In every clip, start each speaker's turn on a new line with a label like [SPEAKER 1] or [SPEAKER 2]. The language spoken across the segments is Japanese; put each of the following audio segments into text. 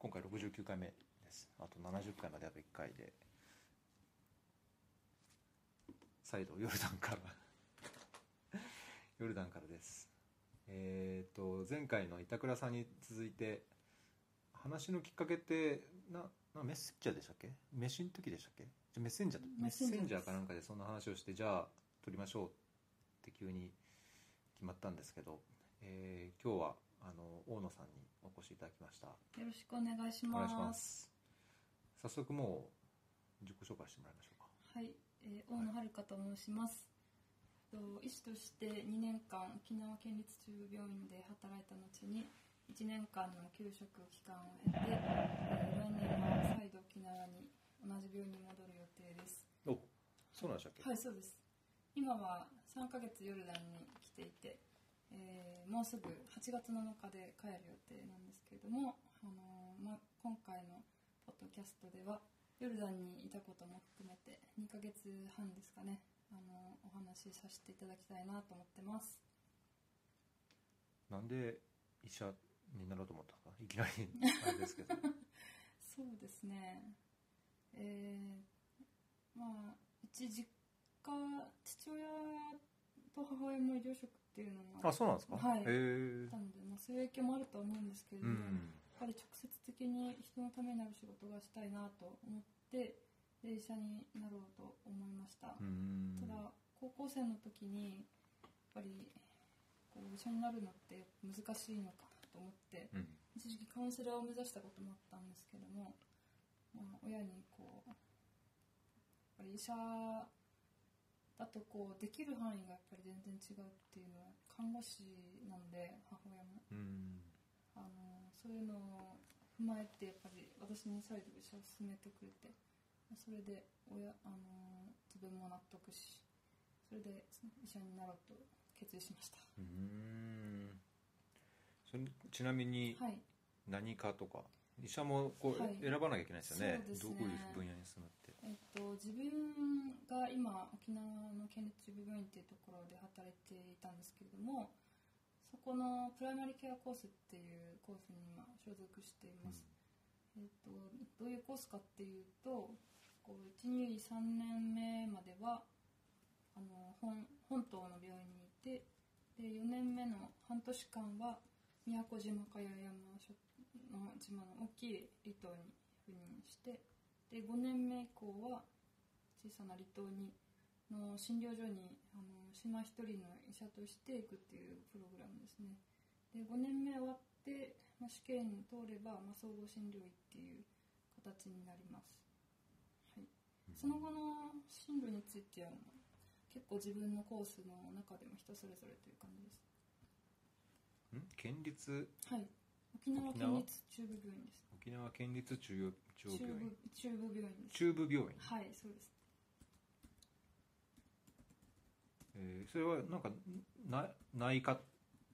[SPEAKER 1] 69回目ですあと70回まであと1回で再度ヨルダンから ヨルダンからですえっ、と前回の板倉さんに続いて話のきっかけってななメッセンジャーでしたっけメシの時でしたっけじゃメッセンジャーとメッ
[SPEAKER 2] メッ
[SPEAKER 1] セ
[SPEAKER 2] セ
[SPEAKER 1] ン
[SPEAKER 2] ン
[SPEAKER 1] ジ
[SPEAKER 2] ジャーです
[SPEAKER 1] ャーかなんかでそんな話をしてじゃあ撮りましょうって急に決まったんですけど、えー今日はあの大野さんにお越しいただきました
[SPEAKER 2] よろしくお願いし
[SPEAKER 1] お
[SPEAKER 2] ま
[SPEAKER 1] 願い
[SPEAKER 2] す。
[SPEAKER 1] します早速もう自己紹介してもらいましょうか
[SPEAKER 2] はい、えー大野遥と申します。と医師として2年間沖縄県立中部病院で働いた後に1年間の休職期間を経て、えー来年は再度沖縄に同じ病院に戻る予定です。
[SPEAKER 1] おそうなんでしたっけ、
[SPEAKER 2] はい、そうです。今は3ヶ月ヨルダンに来ていて、えーもうすぐ8月7日で帰る予定なんですけれども、あのーま、今回のポッドキャストではヨルダンにいたことも含めて2ヶ月半ですかね、あのーお話しさせていただきたいなと思ってます。
[SPEAKER 1] なんで医者になろうと思ったのかいきなり あれですけど
[SPEAKER 2] そうですね。えーまあうち実家父親と母親も医療職っていうのが
[SPEAKER 1] あそうなんですか
[SPEAKER 2] はい
[SPEAKER 1] へえ
[SPEAKER 2] ったので、まあ、そういう影響もあるとは思うんですけれど
[SPEAKER 1] う
[SPEAKER 2] も、
[SPEAKER 1] ん
[SPEAKER 2] やっぱり直接的に人のためになる仕事がしたいなと思ってで医者になろうと思いました、
[SPEAKER 1] うん
[SPEAKER 2] ただ高校生の時にやっぱりこう医者になるのって難しいのかなと思って
[SPEAKER 1] うん
[SPEAKER 2] 一時期カウンセラーを目指したこともあったんですけども、まあ、親にこうやっぱり医者だとこうできる範囲がやっぱり全然違うっていうのは看護師なので母親も
[SPEAKER 1] うん
[SPEAKER 2] あのそういうのを踏まえてやっぱり私に再度医者を勧めてくれてそれで親あの自分も納得しそれで医者になろうと決意しました
[SPEAKER 1] うんそれちなみに
[SPEAKER 2] はい
[SPEAKER 1] 何かとか、医者もこう、
[SPEAKER 2] はい
[SPEAKER 1] 選ばなきゃいけないですよね
[SPEAKER 2] そうです
[SPEAKER 1] どういう分
[SPEAKER 2] ね
[SPEAKER 1] 野に進むって
[SPEAKER 2] えっと、自分が今沖縄の県立中部病院っていうところで働いていたんですけれどもそこのプライマリケアコースっていうコースに今所属しています、えっと、どういうコースかっていうとこう1入医3年目まではあの本本島の病院にいてで4年目の半年間は宮古島か八重山諸の島の大きい離島に赴任してで5年目以降は小さな離島にの診療所にあの島一人の医者として行くっていうプログラムですねで5年目終わって、まあ、試験通れば、まあ、総合診療医っていう形になります、はい、その後の進路については結構自分のコースの中でも人それぞれという感じです
[SPEAKER 1] ん県立
[SPEAKER 2] はい沖縄
[SPEAKER 1] 沖縄
[SPEAKER 2] 県立中部病院です
[SPEAKER 1] 沖縄県立中央中央
[SPEAKER 2] 中
[SPEAKER 1] 病院
[SPEAKER 2] 部中部病院です
[SPEAKER 1] 中部病院、
[SPEAKER 2] はいそうです
[SPEAKER 1] えーそれはなんかな内科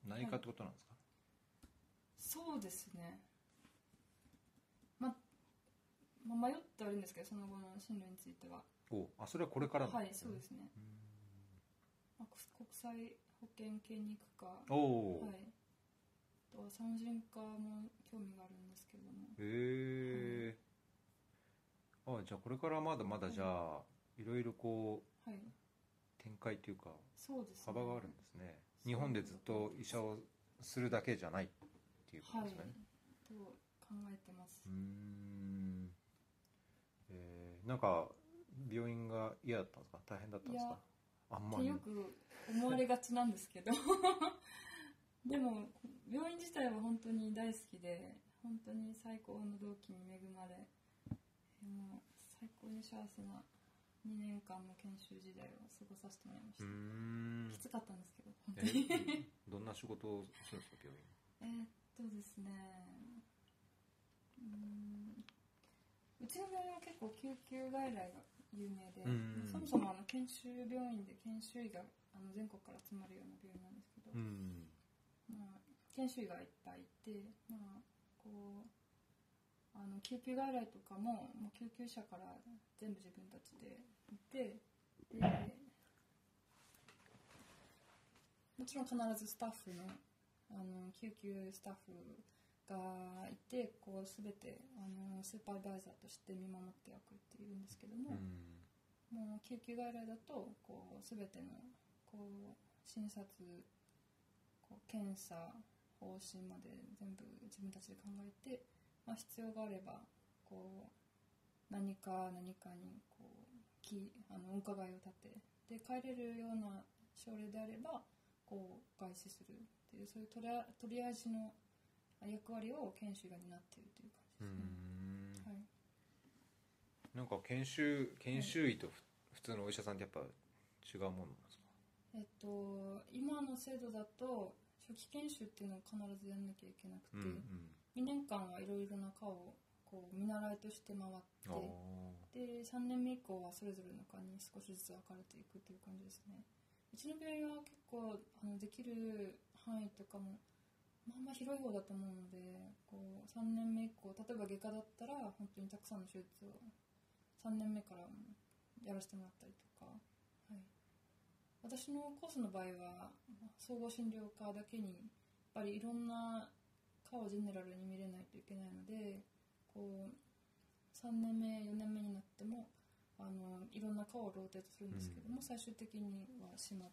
[SPEAKER 1] 内科ってことなんですか、
[SPEAKER 2] そうですねままあ迷ってはいるんですけどその後の進路については
[SPEAKER 1] おあそれはこれからなん
[SPEAKER 2] は
[SPEAKER 1] で
[SPEAKER 2] い
[SPEAKER 1] す
[SPEAKER 2] そう
[SPEAKER 1] ね
[SPEAKER 2] ですね、まあ、こ国際保健系に行くかは
[SPEAKER 1] おおー、
[SPEAKER 2] いあとは産人科も興味があるんですけれども
[SPEAKER 1] へえ、あじゃあこれからまだまだじゃあ、いろいろこう
[SPEAKER 2] はい
[SPEAKER 1] 展開というか
[SPEAKER 2] そうですね
[SPEAKER 1] 幅があるんですね
[SPEAKER 2] そう
[SPEAKER 1] 日本でずっと医者をするだけじゃないっていうこと
[SPEAKER 2] は
[SPEAKER 1] で
[SPEAKER 2] い
[SPEAKER 1] す
[SPEAKER 2] と
[SPEAKER 1] ね、
[SPEAKER 2] 考えてます
[SPEAKER 1] うーんえーなんか病院が嫌だったんですか大変だったんです
[SPEAKER 2] い
[SPEAKER 1] か
[SPEAKER 2] や
[SPEAKER 1] あん
[SPEAKER 2] っ
[SPEAKER 1] ま
[SPEAKER 2] て
[SPEAKER 1] り
[SPEAKER 2] よく思われがちなんですけど でも病院自体は本当に大好きで本当に最高の同期に恵まれもう最高に幸せな2年間の研修時代を過ごさせてもらいまし
[SPEAKER 1] う
[SPEAKER 2] た、
[SPEAKER 1] ーん
[SPEAKER 2] きつかったんですけど本
[SPEAKER 1] え
[SPEAKER 2] 当に
[SPEAKER 1] どんな仕事をするんですか病院
[SPEAKER 2] えーっとですねうーんうちの病院は結構救急外来が有名で、
[SPEAKER 1] うん
[SPEAKER 2] そもそもあの研修病院で研修医があの全国から集まるような病院なんですけど、
[SPEAKER 1] うん
[SPEAKER 2] まあ、研修医がいっぱいいて、まあ、こうあの救急外来とかももう救急車から全部自分たちで行ってでもちろん必ずスタッフのあの救急スタッフがいてこう全てあのスーパーバイザーとして見守ってはくれているんですけど
[SPEAKER 1] う
[SPEAKER 2] も、
[SPEAKER 1] ん
[SPEAKER 2] もう救急外来だとこう全てのこう診察こう検査方針まで全部自分たちで考えて、まあ、必要があればこう何か何かにこうきあのお伺いを立てで帰れるような症例であればこう外視するっていうそういうトリアトリアージの役割を研修が担っているという
[SPEAKER 1] う
[SPEAKER 2] 感じです
[SPEAKER 1] ん
[SPEAKER 2] ね。はい
[SPEAKER 1] なんか研修研修医とふ普通のお医者さんってやっぱ違うものなんですか
[SPEAKER 2] えっと、今の制度だと初期研修っていうのを必ずやんなきゃいけなく
[SPEAKER 1] う
[SPEAKER 2] て、
[SPEAKER 1] んうん
[SPEAKER 2] 2年間はいろいろな科をこう見習いとして
[SPEAKER 1] あ
[SPEAKER 2] 回
[SPEAKER 1] ー
[SPEAKER 2] ってで3年目以降はそれぞれの科に少しずつ分かれていくという感じですねうちの病院は結構あのできる範囲とかもまあまあ広い方だと思うのでこう3年目以降例えば外科だったら本当にたくさんの手術を3年目からもやらせてもらったりとか、はい、私のコースの場合は総合診療科だけにやっぱりいろんな科をジェネラルに見れないといけないのでこう3年目4年目になってもあのいろんな科をローテートするんですけども、
[SPEAKER 1] うん
[SPEAKER 2] 最終的には島っ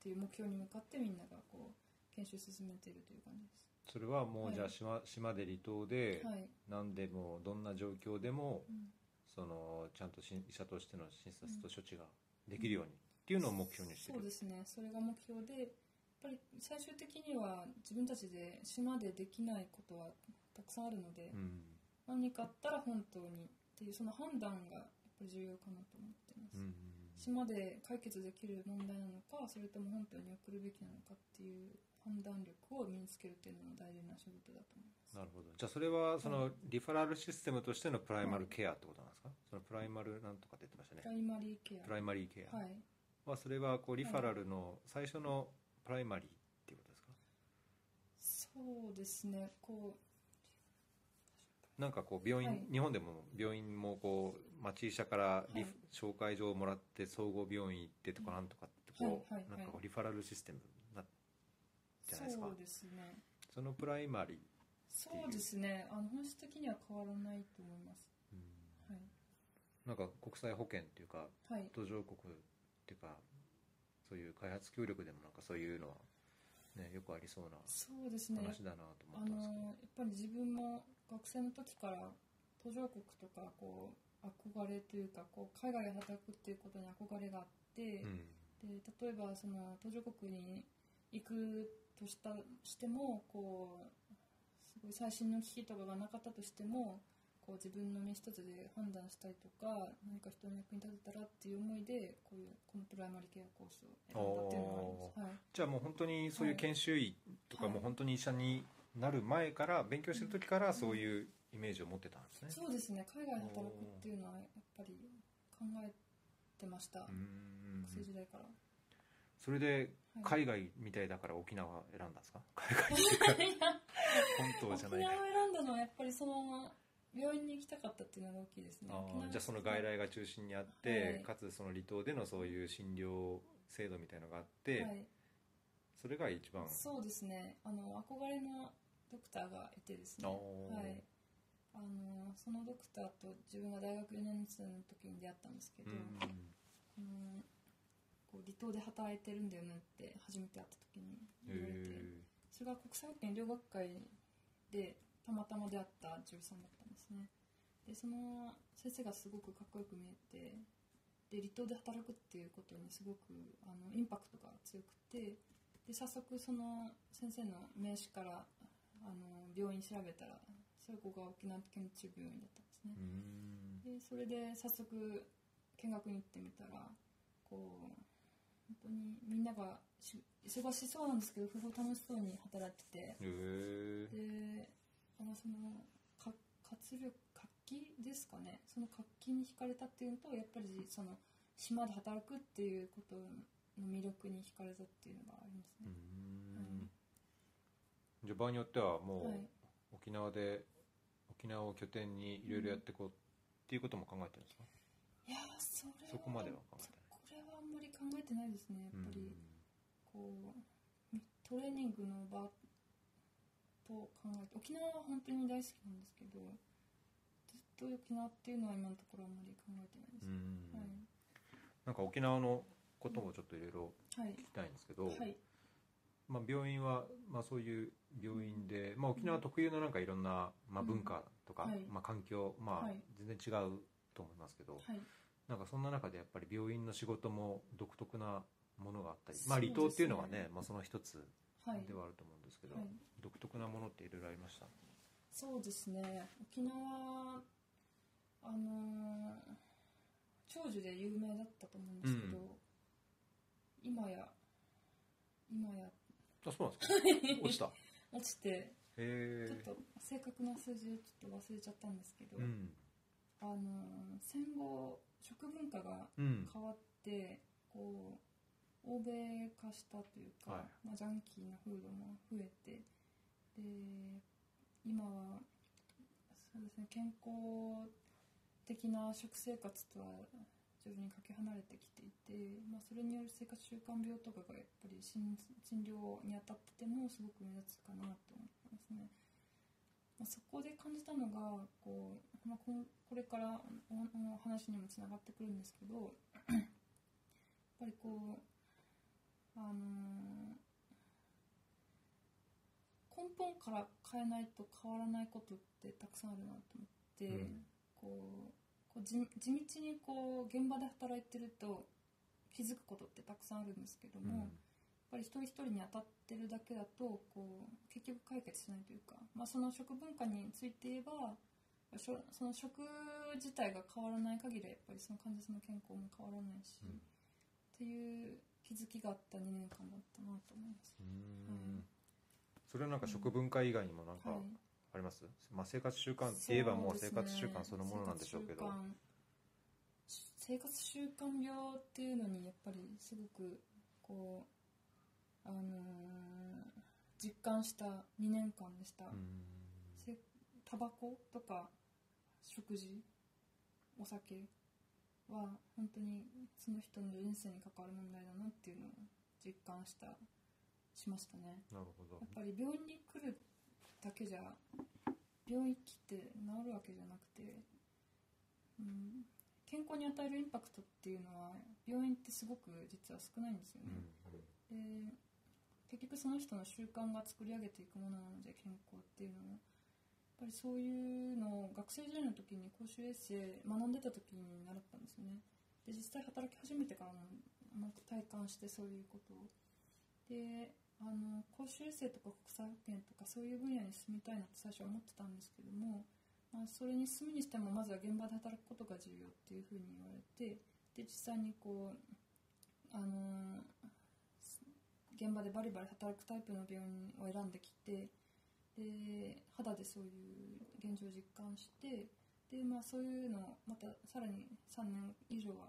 [SPEAKER 2] ていう目標に向かってみんながこう研修進めているという感じで
[SPEAKER 1] それはもうじゃあ
[SPEAKER 2] は
[SPEAKER 1] 島,、
[SPEAKER 2] い。
[SPEAKER 1] 島で離島です
[SPEAKER 2] はい、
[SPEAKER 1] 何でもどんな状況でも
[SPEAKER 2] うん
[SPEAKER 1] そのちゃんとし医者としての診察と処置ができるようにっていうのを目標にして
[SPEAKER 2] そう
[SPEAKER 1] る
[SPEAKER 2] ですねそれが目標でやっぱり最終的には自分たちで島でできないことはたくさんあるので、
[SPEAKER 1] うん
[SPEAKER 2] 何かあったら本当にっていうその判断がやっぱり重要かなと思ってます、
[SPEAKER 1] うん
[SPEAKER 2] 島で解決できる問題なのかそれとも本当に送るべきなのかっていう判断力を身につけるっていうのも大事な仕事だと思い
[SPEAKER 1] な
[SPEAKER 2] ます
[SPEAKER 1] るほどじゃあそれはそのリファラルシステムとしてのプライマルケアってことなんですかそのプライマルなんとかって言ってましたね
[SPEAKER 2] プライマリーケア
[SPEAKER 1] プライマリーケア
[SPEAKER 2] はい
[SPEAKER 1] はそれはこうリファラルの最初のプライマリーっていうことですか
[SPEAKER 2] そうですねこ
[SPEAKER 1] なんかこう病院、
[SPEAKER 2] はい
[SPEAKER 1] 日本でも病院もこう町医者からリフ
[SPEAKER 2] は
[SPEAKER 1] 紹介状をもらって総合病院行ってとかなんとかって
[SPEAKER 2] はい
[SPEAKER 1] こう、
[SPEAKER 2] はいはい
[SPEAKER 1] なんかこうリファラルシステムな
[SPEAKER 2] う
[SPEAKER 1] じゃないですか
[SPEAKER 2] そうですね
[SPEAKER 1] そのプライマリー、
[SPEAKER 2] そうですねあの本質的には変わらないと思います
[SPEAKER 1] うん
[SPEAKER 2] はい
[SPEAKER 1] なんか国際保険っていうか
[SPEAKER 2] はい、
[SPEAKER 1] 途上国っていうかそういう開発協力でもなんかそういうのは、ね、よくありそうな
[SPEAKER 2] そうですね。
[SPEAKER 1] 話だなと
[SPEAKER 2] あ
[SPEAKER 1] 思っ
[SPEAKER 2] の
[SPEAKER 1] たんですけど、
[SPEAKER 2] やっぱり自分も学生の時から途上国とかこう憧れというかこう海外で働くっていうことに憧れがあって、
[SPEAKER 1] うん
[SPEAKER 2] で例えばその途上国に行くとしたしてもこうすごい最新の機器とかがなかったとしてもこう自分の身一つで判断したりとか何か人の役に立てたらっていう思いでこういうこのプライマリケアコースを選んだっていうのがあります。はい
[SPEAKER 1] じゃあもう本当にそういう研修医とか
[SPEAKER 2] はい
[SPEAKER 1] もう本当に医者になる前から勉強してる時からそういうイメージを持ってたんですね。
[SPEAKER 2] そうですね海外で働くっていうのはやっぱり考えてました、
[SPEAKER 1] うーん
[SPEAKER 2] 学生時代から、は
[SPEAKER 1] それで
[SPEAKER 2] い
[SPEAKER 1] 海外みたいだから沖縄選んだんですか 海外っていうか 本島
[SPEAKER 2] 沖
[SPEAKER 1] じゃ
[SPEAKER 2] 縄を
[SPEAKER 1] ない
[SPEAKER 2] 選んだのはやっぱりその病院に行きたかったっていうのが大きいですね
[SPEAKER 1] あ
[SPEAKER 2] 沖縄
[SPEAKER 1] ーじゃあその外来が中心にあって、
[SPEAKER 2] はい
[SPEAKER 1] かつその離島でのそういう診療制度みたいのがあって、
[SPEAKER 2] はい
[SPEAKER 1] それが一番
[SPEAKER 2] そうですねあの憧れのドクターがいてですね
[SPEAKER 1] あー
[SPEAKER 2] はいあのそのドクターと自分が大学4年生の時に出会ったんですけ
[SPEAKER 1] う
[SPEAKER 2] ど、
[SPEAKER 1] ん
[SPEAKER 2] あのこう離島で働いてるんだよねって初めて会った時に
[SPEAKER 1] へ
[SPEAKER 2] 言われて、それが国際保険医療学会でたまたま出会った女優さんだったんですねでその先生がすごくかっこよく見えてで離島で働くっていうことにすごくあのインパクトが強くてで早速その先生の名刺からあの病院調べたらそこが沖縄県立病院だったんですね
[SPEAKER 1] ーうーん
[SPEAKER 2] でそれで早速見学に行ってみたらこう本当にみんながし忙しそうなんですけどすごい楽しそうに働いてて
[SPEAKER 1] へー
[SPEAKER 2] であのそのか活力活気ですかねその活気に惹かれたっていうのとやっぱりその島で働くっていうことの魅力に惹かれたっていうのがあります
[SPEAKER 1] うー
[SPEAKER 2] ね、
[SPEAKER 1] んじゃあ場合によってはもう、
[SPEAKER 2] はい
[SPEAKER 1] 沖縄で沖縄を拠点にいろいろやっていこうっていうことも考えてるんですか、
[SPEAKER 2] いやーそれは
[SPEAKER 1] そこまでは考えて
[SPEAKER 2] これはあんまり考えてないですねやっ
[SPEAKER 1] ない
[SPEAKER 2] ぱり、こうトレーニングの場と考えて沖縄は本当に大好きなんですけどずっと沖縄っていうのは今のところあんまり考えてないで
[SPEAKER 1] う
[SPEAKER 2] す、
[SPEAKER 1] んなんか沖縄のこともちょっといろいろ
[SPEAKER 2] はい
[SPEAKER 1] 聞きたいんですけど、
[SPEAKER 2] はい
[SPEAKER 1] まあ、病院は、まあ、そういう病院で、まあ、沖縄特有のなんかいろんな、まあ、
[SPEAKER 2] うん
[SPEAKER 1] 文化とか、
[SPEAKER 2] はい
[SPEAKER 1] まあ、環境、まあ
[SPEAKER 2] はい、
[SPEAKER 1] 全然違うと思いますけど、
[SPEAKER 2] はい
[SPEAKER 1] なんかそんな中でやっぱり病院の仕事も独特なものがあったり、
[SPEAKER 2] そう
[SPEAKER 1] まあ、
[SPEAKER 2] です
[SPEAKER 1] 離島
[SPEAKER 2] ね
[SPEAKER 1] っていうのはね、まあ、その一つ
[SPEAKER 2] はい
[SPEAKER 1] ではあると思うんですけど、
[SPEAKER 2] はい
[SPEAKER 1] 独特なものっていろいろありました
[SPEAKER 2] そうですね沖縄あのー長寿で有名だったと思うんですけど、
[SPEAKER 1] うん
[SPEAKER 2] 今や今や
[SPEAKER 1] あそうなんですか 落ちたへ
[SPEAKER 2] 落ちてちょっ
[SPEAKER 1] え
[SPEAKER 2] と正確な数字をちょっと忘れちゃったんですけど、
[SPEAKER 1] うん
[SPEAKER 2] あのー戦後食文化が
[SPEAKER 1] うん
[SPEAKER 2] 変わってこう欧米化したというか、
[SPEAKER 1] はい
[SPEAKER 2] まあ、ジャンキーな風土も増えてで今はそうです、ね、健康的な食生活とは徐々にかけ離れてきていて、まあ、それによる生活習慣病とかがやっぱり診診療に当たっててもすごく目立つかなと思ってますね。まあ、そこで感じたのがこう、まあ、こんこれからおお話にもつながってくるんですけどやっぱりこう、あのー根本から変えないと変わらないことってたくさんあるなと思っ
[SPEAKER 1] う
[SPEAKER 2] て、
[SPEAKER 1] ん
[SPEAKER 2] こうこう地地道にこう現場で働いてると気づくことってたくさんあるんですけど
[SPEAKER 1] うん
[SPEAKER 2] も。やっぱり一人一人に当たってるだけだとこう結局解決しないというか、まあ、その食文化について言えばしょその食自体が変わらない限りはやっぱりその患者さんの健康も変わらないし、
[SPEAKER 1] うん
[SPEAKER 2] っていう気づきがあった2年間だったなと思います。
[SPEAKER 1] うーんそれはなんか食文化以外にもなんか
[SPEAKER 2] はい
[SPEAKER 1] あります、まあ、生活習慣って言えばもう生活習慣そのものなんでしょうけど
[SPEAKER 2] そうですね生活習慣生活習慣病っていうのにやっぱりすごくこうあのー実感した2年間でした、
[SPEAKER 1] うーん
[SPEAKER 2] せタバコとか食事お酒は本当にその人の人生に関わる問題だなっていうのを実感したしましたね
[SPEAKER 1] なるほど
[SPEAKER 2] やっぱり病院に来るだけじゃ病院来て治るわけじゃなくて、うん、健康に与えるインパクトっていうのは病院ってすごく実は少ないんですよ
[SPEAKER 1] う
[SPEAKER 2] ね、
[SPEAKER 1] ん
[SPEAKER 2] で結局その人の習慣が作り上げていくものなので健康っていうのはやっぱりそういうのを学生時代の時に公衆衛生学んでた時に習ったんですよねで実際働き始めてからもなんか体感してそういうことをであの公衆衛生とか国際保険とかそういう分野に進みたいなって最初は思ってたんですけども、まあ、それに進むにしてもまずは現場で働くことが重要っていうふうに言われてで実際にこうあの現場でバリバリ働くタイプの病院を選んできてで肌でそういう現状を実感してで、まあ、そういうのをまたさらに3年以上は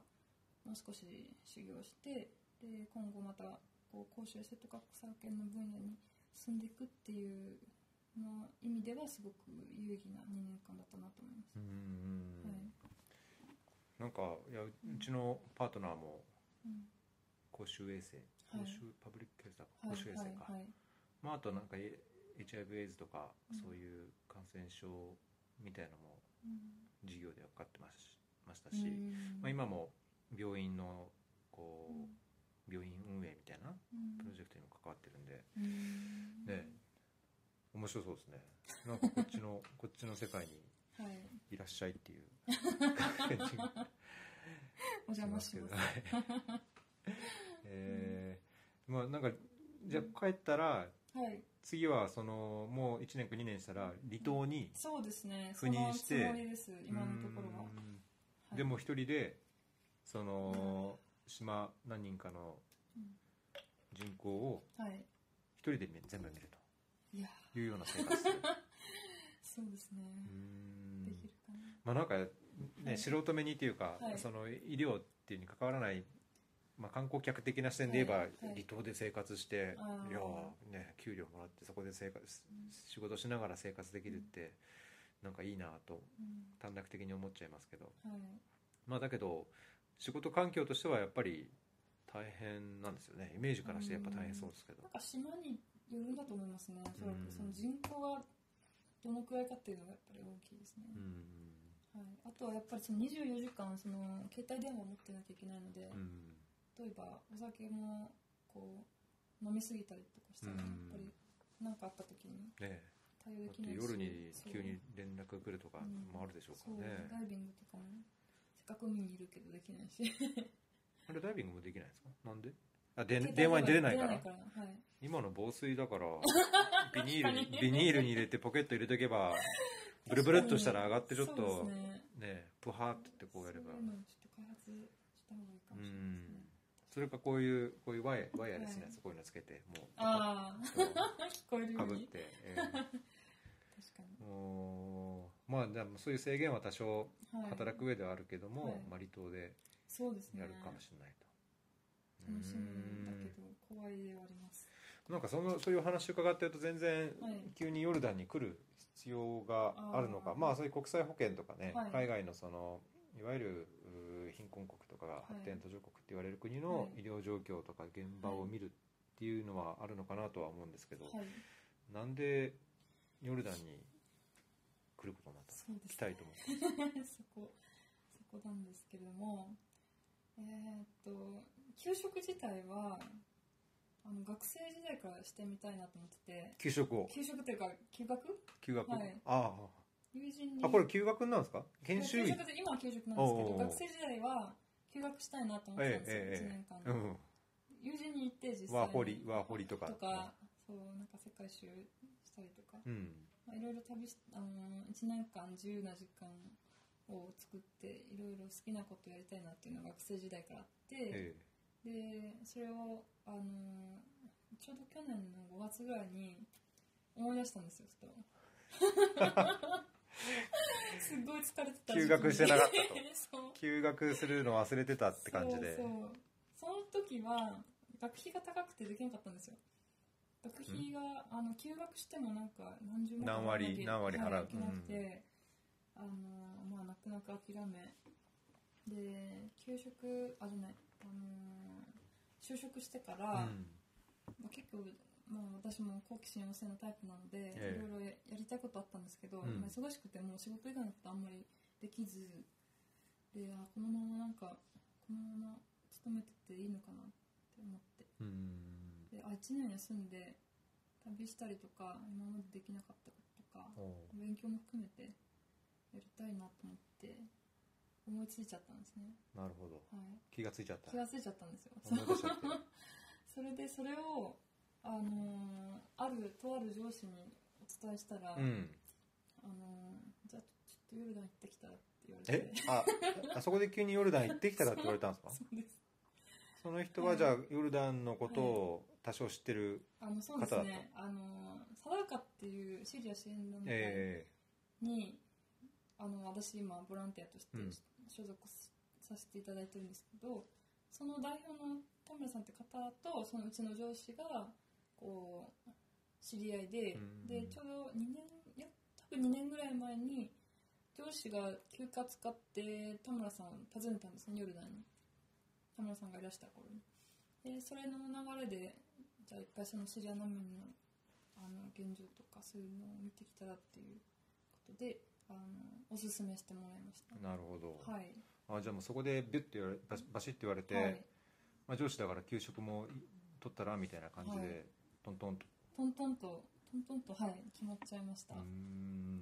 [SPEAKER 2] もう少し修行してで今後またこう公衆衛生とか国際保険の分野に進んでいくっていうの意味ではすごく有意義な2年間だったなと思います。
[SPEAKER 1] うーん
[SPEAKER 2] はい
[SPEAKER 1] なんかいやううちのパートナーも
[SPEAKER 2] うん
[SPEAKER 1] 公衆衛生
[SPEAKER 2] はい
[SPEAKER 1] 公衆パブリックヘルスだ
[SPEAKER 2] は
[SPEAKER 1] 公
[SPEAKER 2] い
[SPEAKER 1] 衆衛生か、
[SPEAKER 2] はいはい
[SPEAKER 1] まああとなんかえ HIV/AIDS とか
[SPEAKER 2] うん
[SPEAKER 1] そういう感染症みたいのも
[SPEAKER 2] うん
[SPEAKER 1] 授業で分かってましました
[SPEAKER 2] う
[SPEAKER 1] し、
[SPEAKER 2] ん
[SPEAKER 1] まあ、今も病院のこ
[SPEAKER 2] うん
[SPEAKER 1] う病院運営みたいな
[SPEAKER 2] うん
[SPEAKER 1] プロジェクトにも関わってるんで
[SPEAKER 2] うん
[SPEAKER 1] ね面白そうですねなんかこっち のこっちの世界に
[SPEAKER 2] はい
[SPEAKER 1] いらっしゃいっていう感じが
[SPEAKER 2] お 邪魔します。
[SPEAKER 1] はいえーまあなんかじゃあ帰ったら
[SPEAKER 2] はい、
[SPEAKER 1] 次はそのもう1年か2年したら離島に
[SPEAKER 2] そうですね。
[SPEAKER 1] 赴任して
[SPEAKER 2] そのつもりです。今のところは。
[SPEAKER 1] うーん
[SPEAKER 2] はい
[SPEAKER 1] でも一人でその島何人かの
[SPEAKER 2] うん
[SPEAKER 1] 人口を
[SPEAKER 2] はい。
[SPEAKER 1] 一人で見全部見る
[SPEAKER 2] いや、
[SPEAKER 1] というような生 活う
[SPEAKER 2] そうですね。
[SPEAKER 1] ーん
[SPEAKER 2] できるかな。
[SPEAKER 1] まあなんか
[SPEAKER 2] は
[SPEAKER 1] ね
[SPEAKER 2] い
[SPEAKER 1] 素人目にというか
[SPEAKER 2] はい
[SPEAKER 1] その医療っていうに関わらないまあ観光客的な視点で言えば
[SPEAKER 2] はいはい
[SPEAKER 1] 離島で生活して
[SPEAKER 2] あー
[SPEAKER 1] いやーね給料もらってそこで生活
[SPEAKER 2] うん
[SPEAKER 1] 仕事しながら生活できるってなんかいいなと
[SPEAKER 2] う
[SPEAKER 1] 短絡的に思っちゃいますけど
[SPEAKER 2] んはい。
[SPEAKER 1] まあだけど仕事環境としてはやっぱり大変なんですよねイメージからしてやっぱ大変そうですけど
[SPEAKER 2] なんか島によるんだと思いますね、おそら
[SPEAKER 1] うん
[SPEAKER 2] くその人口がどのくらいかっていうのがやっぱり大きいですね、
[SPEAKER 1] うん
[SPEAKER 2] はい、あとはやっぱりその24時間その携帯電話を持ってなきゃいけないので、
[SPEAKER 1] うん
[SPEAKER 2] 例えばお酒もこう飲み過ぎたりとかしたら
[SPEAKER 1] う
[SPEAKER 2] や
[SPEAKER 1] ん
[SPEAKER 2] っぱり何かあった時に
[SPEAKER 1] ね
[SPEAKER 2] 対応
[SPEAKER 1] え
[SPEAKER 2] で
[SPEAKER 1] だっ
[SPEAKER 2] きな
[SPEAKER 1] て
[SPEAKER 2] いし
[SPEAKER 1] 夜に
[SPEAKER 2] そう
[SPEAKER 1] 急に連絡来るとか
[SPEAKER 2] うん
[SPEAKER 1] もあるでしょう
[SPEAKER 2] そう
[SPEAKER 1] からね、
[SPEAKER 2] ダイビングとかもせっかく海にいるけどできないし
[SPEAKER 1] あれダイビングもできないんですかなんであで電話に出れないから
[SPEAKER 2] 出はい
[SPEAKER 1] 今の防水だからビニールにビニールに入れてポケット入れとけばブルブルっとしたら上がってちょっ
[SPEAKER 2] そうです
[SPEAKER 1] と
[SPEAKER 2] ね
[SPEAKER 1] ねプハーってってこうやれば
[SPEAKER 2] そういうのちょっと開発した方がいいか
[SPEAKER 1] う
[SPEAKER 2] もしれないです
[SPEAKER 1] ん
[SPEAKER 2] ね
[SPEAKER 1] それかこういうこういうワイヤワイヤレスのや
[SPEAKER 2] は
[SPEAKER 1] つこういうのつけてもう
[SPEAKER 2] ああ
[SPEAKER 1] こう
[SPEAKER 2] 聞こえるよ
[SPEAKER 1] か
[SPEAKER 2] う
[SPEAKER 1] ぶっ
[SPEAKER 2] に
[SPEAKER 1] て、ええ
[SPEAKER 2] 確か
[SPEAKER 1] もうまあでもそういう制限は多少
[SPEAKER 2] に、はい、
[SPEAKER 1] 働く上ではあるけども、
[SPEAKER 2] はい
[SPEAKER 1] まあ、離島で
[SPEAKER 2] そうですね
[SPEAKER 1] やるかもしれないと。
[SPEAKER 2] 楽しみだけ
[SPEAKER 1] う
[SPEAKER 2] ど怖いではあります
[SPEAKER 1] ーんなんかそのそういうお話伺ってると全然
[SPEAKER 2] はい
[SPEAKER 1] 急にヨルダンに来る必要があるのか
[SPEAKER 2] あー
[SPEAKER 1] まあそういう国際保険とかね、
[SPEAKER 2] はい
[SPEAKER 1] 海外のそのいわゆるうー貧困国とかが
[SPEAKER 2] い
[SPEAKER 1] 発展途上国って言われる国の
[SPEAKER 2] はい
[SPEAKER 1] 医療状況とか現場を見るっていうのはあるのかなとは思うんですけど、
[SPEAKER 2] はい
[SPEAKER 1] なんでヨルダンに来ることになったの
[SPEAKER 2] そうで
[SPEAKER 1] 来
[SPEAKER 2] す
[SPEAKER 1] た
[SPEAKER 2] ね
[SPEAKER 1] いと思って。
[SPEAKER 2] そこそこなんですけれどもえーっと給食自体はあの学生時代からしてみたいなと思ってて
[SPEAKER 1] 給食を
[SPEAKER 2] 給食というか休学
[SPEAKER 1] 休学、
[SPEAKER 2] はい
[SPEAKER 1] あ
[SPEAKER 2] 友人に
[SPEAKER 1] ああこれ休学なんですか研修
[SPEAKER 2] い
[SPEAKER 1] 医
[SPEAKER 2] や給食で今は給食なんですけ
[SPEAKER 1] おうおうお
[SPEAKER 2] ど
[SPEAKER 1] う
[SPEAKER 2] 学生時代は休学したいなと思ってたんですよ、
[SPEAKER 1] ええええ
[SPEAKER 2] 1年間、
[SPEAKER 1] うん
[SPEAKER 2] 友人に行って実際に
[SPEAKER 1] ワーホリワーホリとか
[SPEAKER 2] とかそうなんか世界一周したりとか
[SPEAKER 1] うん
[SPEAKER 2] まあいろいろ旅し、あのー、1年間自由な時間を作っていろいろ好きなことやりたいなっていうのが学生時代からあって、
[SPEAKER 1] え
[SPEAKER 2] でそれを、あのーちょうど去年の5月ぐらいに思い出したんですよ ふと すっごい疲れてた時期に
[SPEAKER 1] 休学してなかったと
[SPEAKER 2] そう
[SPEAKER 1] え休学するの忘れてたって感じで
[SPEAKER 2] そうそうその時は学費が高くてできなかったんですよ学費があの休学してもなんか何十万
[SPEAKER 1] 何割
[SPEAKER 2] 払わなきゃ
[SPEAKER 1] 何割払う
[SPEAKER 2] はいけなくて、あのまあ泣く泣く諦めで給食あじゃないあの就職してか
[SPEAKER 1] う
[SPEAKER 2] ら、
[SPEAKER 1] ん
[SPEAKER 2] まあ、結構もう私も好奇心旺盛なタイプなので、
[SPEAKER 1] ええ
[SPEAKER 2] いろいろやりたいことあったんですけど、
[SPEAKER 1] うん
[SPEAKER 2] まあ忙しくてもう仕事以外のことあんまりできずであこのままなんかこのまま勤めてていいのかなって思って
[SPEAKER 1] うん
[SPEAKER 2] であ1年休んで旅したりとか今までできなかったこととか
[SPEAKER 1] おう
[SPEAKER 2] 勉強も含めてやりたいなと思って思いついちゃったんですね、
[SPEAKER 1] なるほど
[SPEAKER 2] はい、
[SPEAKER 1] 気がついちゃった
[SPEAKER 2] 気がついちゃったんですよ
[SPEAKER 1] 思い出しちゃって
[SPEAKER 2] それでそれを、あのーあるとある上司にお伝えしたら、
[SPEAKER 1] うん
[SPEAKER 2] あのーじゃあちょっとヨルダン行ってきたらって言われ
[SPEAKER 1] え
[SPEAKER 2] て
[SPEAKER 1] ああそこで急にヨルダン行ってきたらって言われたんですか
[SPEAKER 2] そうです
[SPEAKER 1] その人はじゃあヨルダンのことを多少知ってる
[SPEAKER 2] あのそうです
[SPEAKER 1] 方だ
[SPEAKER 2] ねあのーサダーカっていうシリア支援団体
[SPEAKER 1] え
[SPEAKER 2] に、あの私今ボランティアとして
[SPEAKER 1] うん
[SPEAKER 2] 所属させていただいてるんですけど、その代表の田村さんって方とそのうちの上司がこう知り合いで、
[SPEAKER 1] うん
[SPEAKER 2] でちょうど2年いや多分2年ぐらい前に上司が休暇使って田村さんを訪ねたんですねヨルダンに田村さんがいらした頃にでそれの流れでじゃあいっぱいそのシリア難民のあの現状とかそういうのを見てきたらっていうことであのおすすめしてもらいました
[SPEAKER 1] なるほど、
[SPEAKER 2] はい、
[SPEAKER 1] あじゃあもうそこでビュッて言われバシバシッて言われて、
[SPEAKER 2] はい、
[SPEAKER 1] まあ、上司だから給食も取ったらみたいな感じで、
[SPEAKER 2] はい
[SPEAKER 1] トントンと
[SPEAKER 2] トントンとトントンとはい決まっちゃいました、
[SPEAKER 1] うーん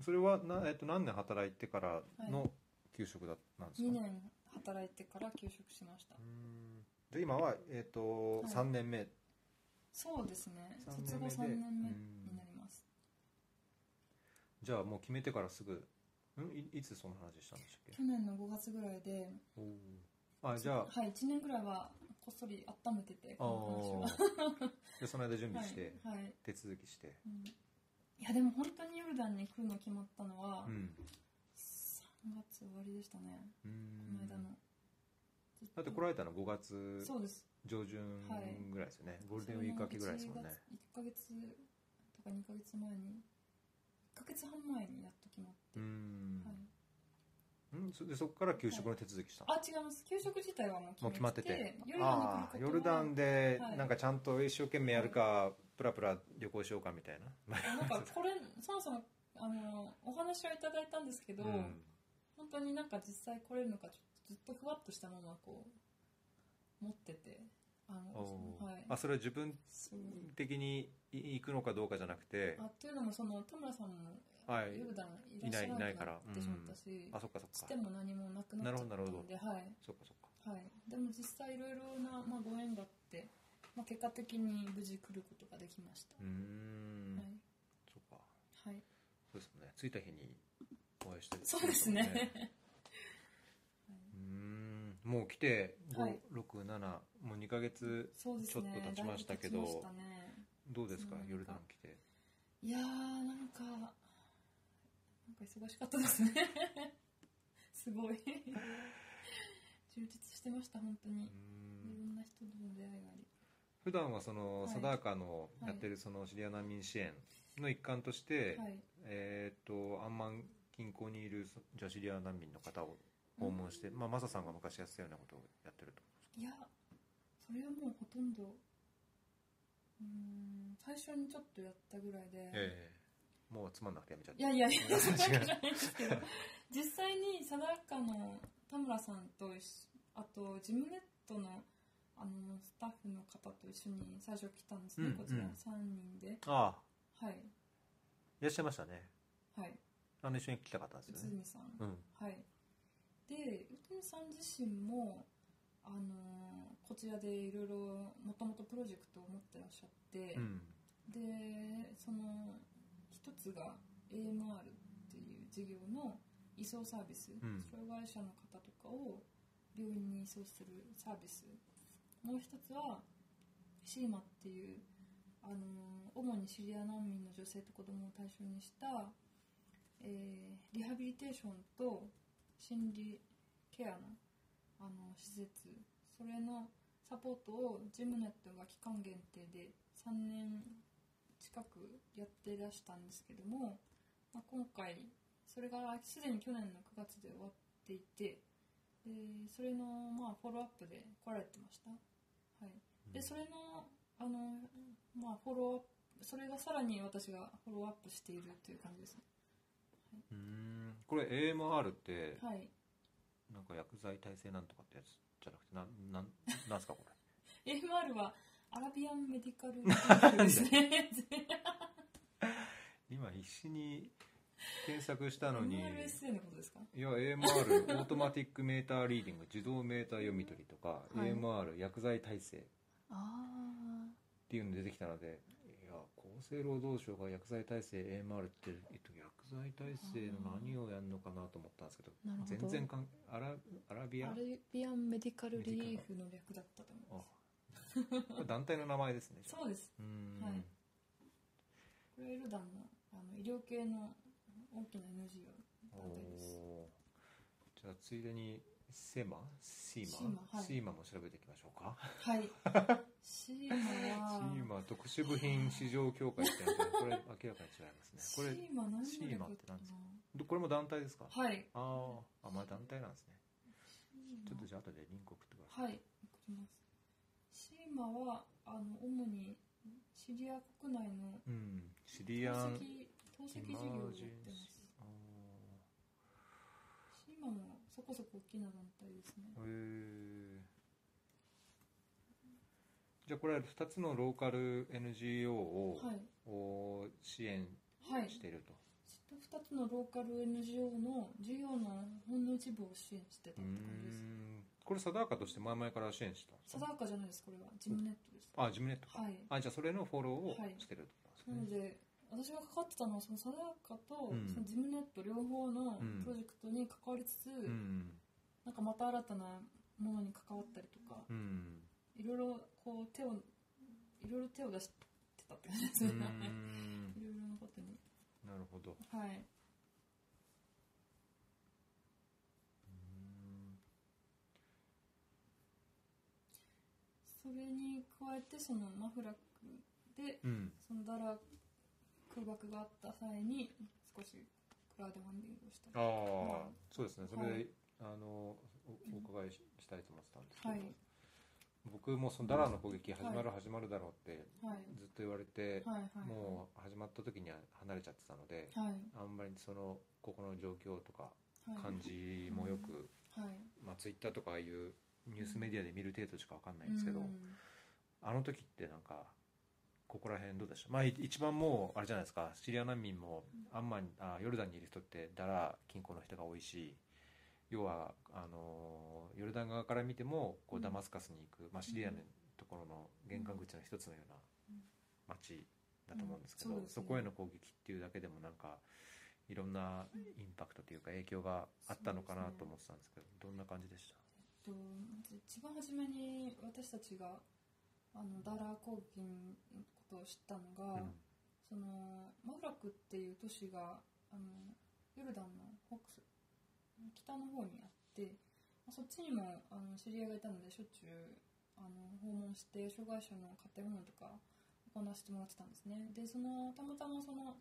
[SPEAKER 1] それはな、えっと、何年働いてからの給食だったんですか、
[SPEAKER 2] 2年働いてから休職しました
[SPEAKER 1] うーんで今は、えっと
[SPEAKER 2] はい
[SPEAKER 1] 3年目
[SPEAKER 2] そうですね
[SPEAKER 1] 三
[SPEAKER 2] 卒
[SPEAKER 1] 年
[SPEAKER 2] 業
[SPEAKER 1] 目で
[SPEAKER 2] 3年目
[SPEAKER 1] うん
[SPEAKER 2] になります
[SPEAKER 1] じゃあもう決めてからすぐんいいつその話したんでしたっけ
[SPEAKER 2] 去年の5月ぐらいで
[SPEAKER 1] おーあじゃあ
[SPEAKER 2] はい1年ぐらいはこっそり温めてて
[SPEAKER 1] あ
[SPEAKER 2] この話は
[SPEAKER 1] ーでその間準備して、
[SPEAKER 2] はい、はい
[SPEAKER 1] 手続きして
[SPEAKER 2] うんいやでも本当にヨルダンに来るの決まったのは、
[SPEAKER 1] うん
[SPEAKER 2] 3月終わりでしたね
[SPEAKER 1] うー
[SPEAKER 2] こ
[SPEAKER 1] ん
[SPEAKER 2] の間の
[SPEAKER 1] だって来られたの5月
[SPEAKER 2] そうです
[SPEAKER 1] 上旬ぐらいですよね、ゴールデンウィーク明けぐらいですもんね
[SPEAKER 2] 1ヶ月とか2ヶ月前に1ヶ月半前にやっと決まって、
[SPEAKER 1] うーん、
[SPEAKER 2] はい、
[SPEAKER 1] うんそでそこから給食の手続きしたの、
[SPEAKER 2] あ違います給食自体はもう
[SPEAKER 1] もう決まってて
[SPEAKER 2] ヨルダンに来る
[SPEAKER 1] あ
[SPEAKER 2] こ
[SPEAKER 1] あ
[SPEAKER 2] と
[SPEAKER 1] ヨルダンで
[SPEAKER 2] はい
[SPEAKER 1] なんかちゃんと一生懸命やるか、プラプラ旅行しようかみたいな、
[SPEAKER 2] なんかこれそもそもあのお話をいただいたんですけど、
[SPEAKER 1] うん
[SPEAKER 2] 本当になんか実際来れるのかちょっとずっとふわっとしたままこう持っててあの
[SPEAKER 1] おー
[SPEAKER 2] はい
[SPEAKER 1] あそれは自分
[SPEAKER 2] そう
[SPEAKER 1] 的に行くのかどうかじゃなくて
[SPEAKER 2] あというのもその田村さんも
[SPEAKER 1] はい
[SPEAKER 2] ヨルダンいらっしゃらなくなってしまったし
[SPEAKER 1] あそっかそっ
[SPEAKER 2] つ
[SPEAKER 1] か
[SPEAKER 2] ても何もなくなっちゃった
[SPEAKER 1] なるほど
[SPEAKER 2] んではい
[SPEAKER 1] そっかそっか
[SPEAKER 2] はい、でも実際いろいろな、まあ、ご縁があって、まあ、結果的に無事来ることができました、
[SPEAKER 1] うーん、
[SPEAKER 2] はい
[SPEAKER 1] そっか
[SPEAKER 2] はい、
[SPEAKER 1] そうですもんね着いた日にお会いして
[SPEAKER 2] そうですね
[SPEAKER 1] うーんもう来て567、
[SPEAKER 2] はい
[SPEAKER 1] もう2ヶ月
[SPEAKER 2] そうですね
[SPEAKER 1] ちょっと経ちましたけど
[SPEAKER 2] だいぶ経ちましたね
[SPEAKER 1] どうですか
[SPEAKER 2] そうなんか
[SPEAKER 1] ヨルダン来て
[SPEAKER 2] いやーなんかなんか忙しかったですね すごい充実してました本当
[SPEAKER 1] う
[SPEAKER 2] に
[SPEAKER 1] ー
[SPEAKER 2] い
[SPEAKER 1] ん
[SPEAKER 2] ろんな人との出会いがあり
[SPEAKER 1] 普段はその、
[SPEAKER 2] はい
[SPEAKER 1] サダーカのやってるそのシリア難民支援の一環として、
[SPEAKER 2] はい
[SPEAKER 1] えーっとアンマン近郊にいるそじゃあシリア難民の方を訪問して、まあ、マサさんが昔やってたようなことをやってると
[SPEAKER 2] いやそれはもうほとんどうーん最初にちょっとやったぐらいで、
[SPEAKER 1] ええもうつまんなくてやめちゃっ
[SPEAKER 2] い
[SPEAKER 1] た
[SPEAKER 2] やいやい や、そんなわけ
[SPEAKER 1] 違う
[SPEAKER 2] じゃないんですけど、実際にサダッカの田村さんと一緒、あとジムネットのあのスタッフの方と一緒に最初来たんですね、
[SPEAKER 1] うん
[SPEAKER 2] こちら
[SPEAKER 1] うん
[SPEAKER 2] 3人で。
[SPEAKER 1] ああ
[SPEAKER 2] はい、
[SPEAKER 1] いらっしゃいましたね
[SPEAKER 2] はい、
[SPEAKER 1] あの一緒に来た方ですよ
[SPEAKER 2] 内
[SPEAKER 1] ね
[SPEAKER 2] 海さん。
[SPEAKER 1] うん
[SPEAKER 2] はい。で、内海さん自身も、あのこちらでいろいろもともとプロジェクトを持ってらっしゃって、
[SPEAKER 1] うん
[SPEAKER 2] でその一つが AMR っていう事業の移送サービス、
[SPEAKER 1] うん
[SPEAKER 2] 障害者の方とかを病院に移送するサービスもう一つは CIMA っていうあの主にシリア難民の女性と子供を対象にした、えーリハビリテーションと心理ケアのあの施設それのサポートをジムネットが期間限定で3年近くやってらしたんですけども、まあ、今回それがすでに去年の9月で終わっていてでそれのまあフォローアップで来られてました、はい、でそれのあの、まあ、フォローアップそれがさらに私がフォローアップしているという感じですね
[SPEAKER 1] うーんこれ AMR って
[SPEAKER 2] はい
[SPEAKER 1] なんか薬剤耐性なんとかってやつじゃなくてなんなんなんすかこ
[SPEAKER 2] AMR はアラビアンメディカ ルリーグですね
[SPEAKER 1] れ今必死に検索したのに
[SPEAKER 2] MRSA のことですか
[SPEAKER 1] いや AMR オ ートマティックメーターリーディング自動メーター読み取りとか、
[SPEAKER 2] はい
[SPEAKER 1] AMR 薬剤耐性っ
[SPEAKER 2] ああ
[SPEAKER 1] ていうの出てきたのでいや厚生労働省が薬剤耐性 AMR って、えっと、薬剤耐性の何をやるのかなと思ったんですけど
[SPEAKER 2] なるほど
[SPEAKER 1] 全然関アラアラビア
[SPEAKER 2] アルビアンメディカルリーフの略だったと
[SPEAKER 1] あ
[SPEAKER 2] 思います
[SPEAKER 1] これ団体の名前ですねじゃあ
[SPEAKER 2] そうです
[SPEAKER 1] うーん、
[SPEAKER 2] はいこれはヨルダンのあの医療系の大きな NGO
[SPEAKER 1] お
[SPEAKER 2] 団体です
[SPEAKER 1] おーじゃあついでにセマシーマ
[SPEAKER 2] シーマはい
[SPEAKER 1] シーマも調べていきましょうか
[SPEAKER 2] はいシ
[SPEAKER 1] シー
[SPEAKER 2] ーマは
[SPEAKER 1] マ特殊部品市場協会ってやつだこれ明らかに違いますね これ
[SPEAKER 2] シーマ何の略
[SPEAKER 1] シーマって
[SPEAKER 2] だ
[SPEAKER 1] 何
[SPEAKER 2] っ
[SPEAKER 1] です
[SPEAKER 2] たか
[SPEAKER 1] どこれも団体ですか
[SPEAKER 2] なはい
[SPEAKER 1] あーあまあ団体なんですねちょっと
[SPEAKER 2] シ
[SPEAKER 1] じゃあ後でリンク送ってくだ
[SPEAKER 2] ーマはい送りますシーマはあの主にシリア国内の
[SPEAKER 1] さいうんシ
[SPEAKER 2] 投
[SPEAKER 1] リ
[SPEAKER 2] 石
[SPEAKER 1] アン
[SPEAKER 2] 投石事業をや
[SPEAKER 1] お
[SPEAKER 2] ってますシーマもそこそこ大きな団体ですね
[SPEAKER 1] ーへえじゃあこれは2つのローカル NGO を
[SPEAKER 2] はい
[SPEAKER 1] を支援
[SPEAKER 2] はい
[SPEAKER 1] していると、
[SPEAKER 2] 2つのローカル NGO の事業のほんの一部を支援してた
[SPEAKER 1] う
[SPEAKER 2] っ
[SPEAKER 1] ー
[SPEAKER 2] て感じです
[SPEAKER 1] んこれサダーカとして前々から支援してたんです
[SPEAKER 2] 定
[SPEAKER 1] か
[SPEAKER 2] かじゃないですこれはジムネットです
[SPEAKER 1] あジムネットか、
[SPEAKER 2] はい
[SPEAKER 1] あじゃあそれのフォローを
[SPEAKER 2] はい
[SPEAKER 1] してるってこと
[SPEAKER 2] な
[SPEAKER 1] なん
[SPEAKER 2] の
[SPEAKER 1] ですね、
[SPEAKER 2] で私が関わってたのはその定かと
[SPEAKER 1] うん
[SPEAKER 2] そのジムネット両方の
[SPEAKER 1] うん
[SPEAKER 2] プロジェクトに関わりつつ、
[SPEAKER 1] うん
[SPEAKER 2] なんかまた新たなものに関わったりとか
[SPEAKER 1] うんうん
[SPEAKER 2] いろいろこう手をいろいろ手を出してたって感じです
[SPEAKER 1] うー
[SPEAKER 2] ね
[SPEAKER 1] ん
[SPEAKER 2] いろいろなことに
[SPEAKER 1] なるほどう
[SPEAKER 2] はい
[SPEAKER 1] ーん
[SPEAKER 2] それに加えてそのマフラックで
[SPEAKER 1] うん
[SPEAKER 2] そのダラ空爆があった際に少しクラウドファンディングをしたり
[SPEAKER 1] ああ、そうですねそれ、
[SPEAKER 2] はい
[SPEAKER 1] あのおお伺いししたいと思ってたんですけど、
[SPEAKER 2] はい
[SPEAKER 1] 僕もそのダラーの攻撃始まる
[SPEAKER 2] は
[SPEAKER 1] 始まるだろうって
[SPEAKER 2] はい
[SPEAKER 1] ずっと言われて、
[SPEAKER 2] はいはい
[SPEAKER 1] もう始まった時には離れちゃってたので、
[SPEAKER 2] はい
[SPEAKER 1] あんまりそのここの状況とか
[SPEAKER 2] はい
[SPEAKER 1] 感じもよく、
[SPEAKER 2] はい
[SPEAKER 1] まあ、ツイッターとかああいうニュースメディアで見る程度しかわかんないんですけど、
[SPEAKER 2] うん
[SPEAKER 1] あの時ってなんかここら辺どうでしたまあい一番もうあれじゃないですかシリア難民もアンマンあヨルダンにいる人ってダラ近郊の人が多いし要はあのヨルダン側から見てもこ
[SPEAKER 2] う
[SPEAKER 1] うんダマスカスに行く、まあ、シリアのところの玄関口の一つのような
[SPEAKER 2] うん
[SPEAKER 1] 町だと思うんですけど、
[SPEAKER 2] うんそうですね
[SPEAKER 1] そこへの攻撃っていうだけでもなんかいろんなインパクトというか影響があったのかなと思ってたんですけどどんな感じでした
[SPEAKER 2] えっと一番初めに私たちがあのダラー攻撃のことを知ったのが、
[SPEAKER 1] うん
[SPEAKER 2] そのマフラクっていう都市があのヨルダンの北す北の方にあってまあそっちにもあの知り合いがいたのでしょっちゅうあの訪問して障害者の家庭訪問とか行わせてもらってたんですねでそのたまたまその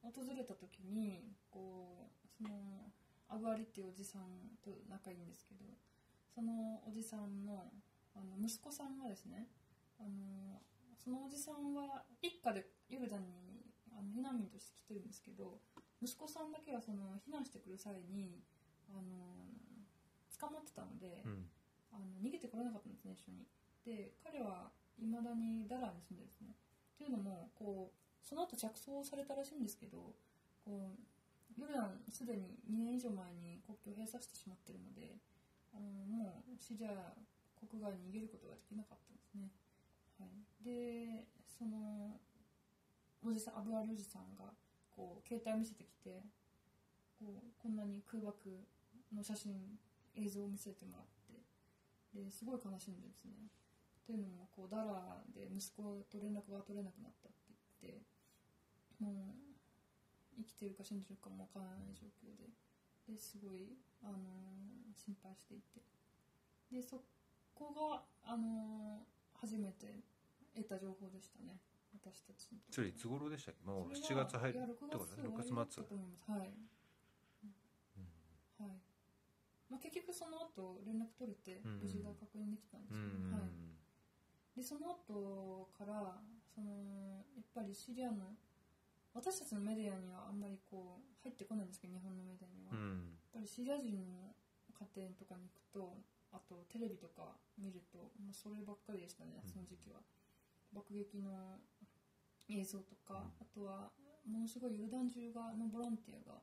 [SPEAKER 2] 訪れた時にこうそのアブアリっていうおじさんと仲いいんですけどそのおじさんのあの息子さんがですねあのそのおじさんは一家でヨルダンにあの避難民として来てるんですけど息子さんだけはその避難してくる際にあの捕まってたので、
[SPEAKER 1] うん
[SPEAKER 2] あの逃げてこれなかったんですね一緒にで彼はいまだにダラーに住んでるんですねというのもこうその後着想されたらしいんですけどこうヨルダンすでに2年以上前に国境を閉鎖してしまってるのであのもうシリア国外に逃げることができなかったんですね、はい、でそのおじさんアブアルおじさんがこう携帯を見せてきてこうこんなに空爆の写真映像を見せてもらってですごい悲しんでるんですねというのもこうダラーで息子と連絡が取れなくなったって言ってもう生きてるか死んでるかもわからない状況でですごい、あのー心配していてでそこが、あのー初めて得た情報でしたね私たちにとって
[SPEAKER 1] それいつ頃でしたっけもう
[SPEAKER 2] そ
[SPEAKER 1] 7
[SPEAKER 2] れは
[SPEAKER 1] 月入
[SPEAKER 2] い
[SPEAKER 1] るっ
[SPEAKER 2] や
[SPEAKER 1] てことだね6
[SPEAKER 2] 6終わり
[SPEAKER 1] 月末
[SPEAKER 2] だったと思いますはいはい、まあ、結局その後連絡取れて
[SPEAKER 1] うん
[SPEAKER 2] 無事が確認できたんです
[SPEAKER 1] う
[SPEAKER 2] け
[SPEAKER 1] ん
[SPEAKER 2] ど、はい、でその後からそのやっぱりシリアの私たちのメディアにはあんまりこう入ってこないんですけど日本のメディアには、
[SPEAKER 1] うんうん
[SPEAKER 2] やっぱりシリア人の家庭とかに行くとあとテレビとか見ると、まあ、そればっかりでしたね
[SPEAKER 1] うん
[SPEAKER 2] その時期は、爆撃の映像とか、
[SPEAKER 1] う
[SPEAKER 2] あとはものすごいヨルダン中がのボランティアが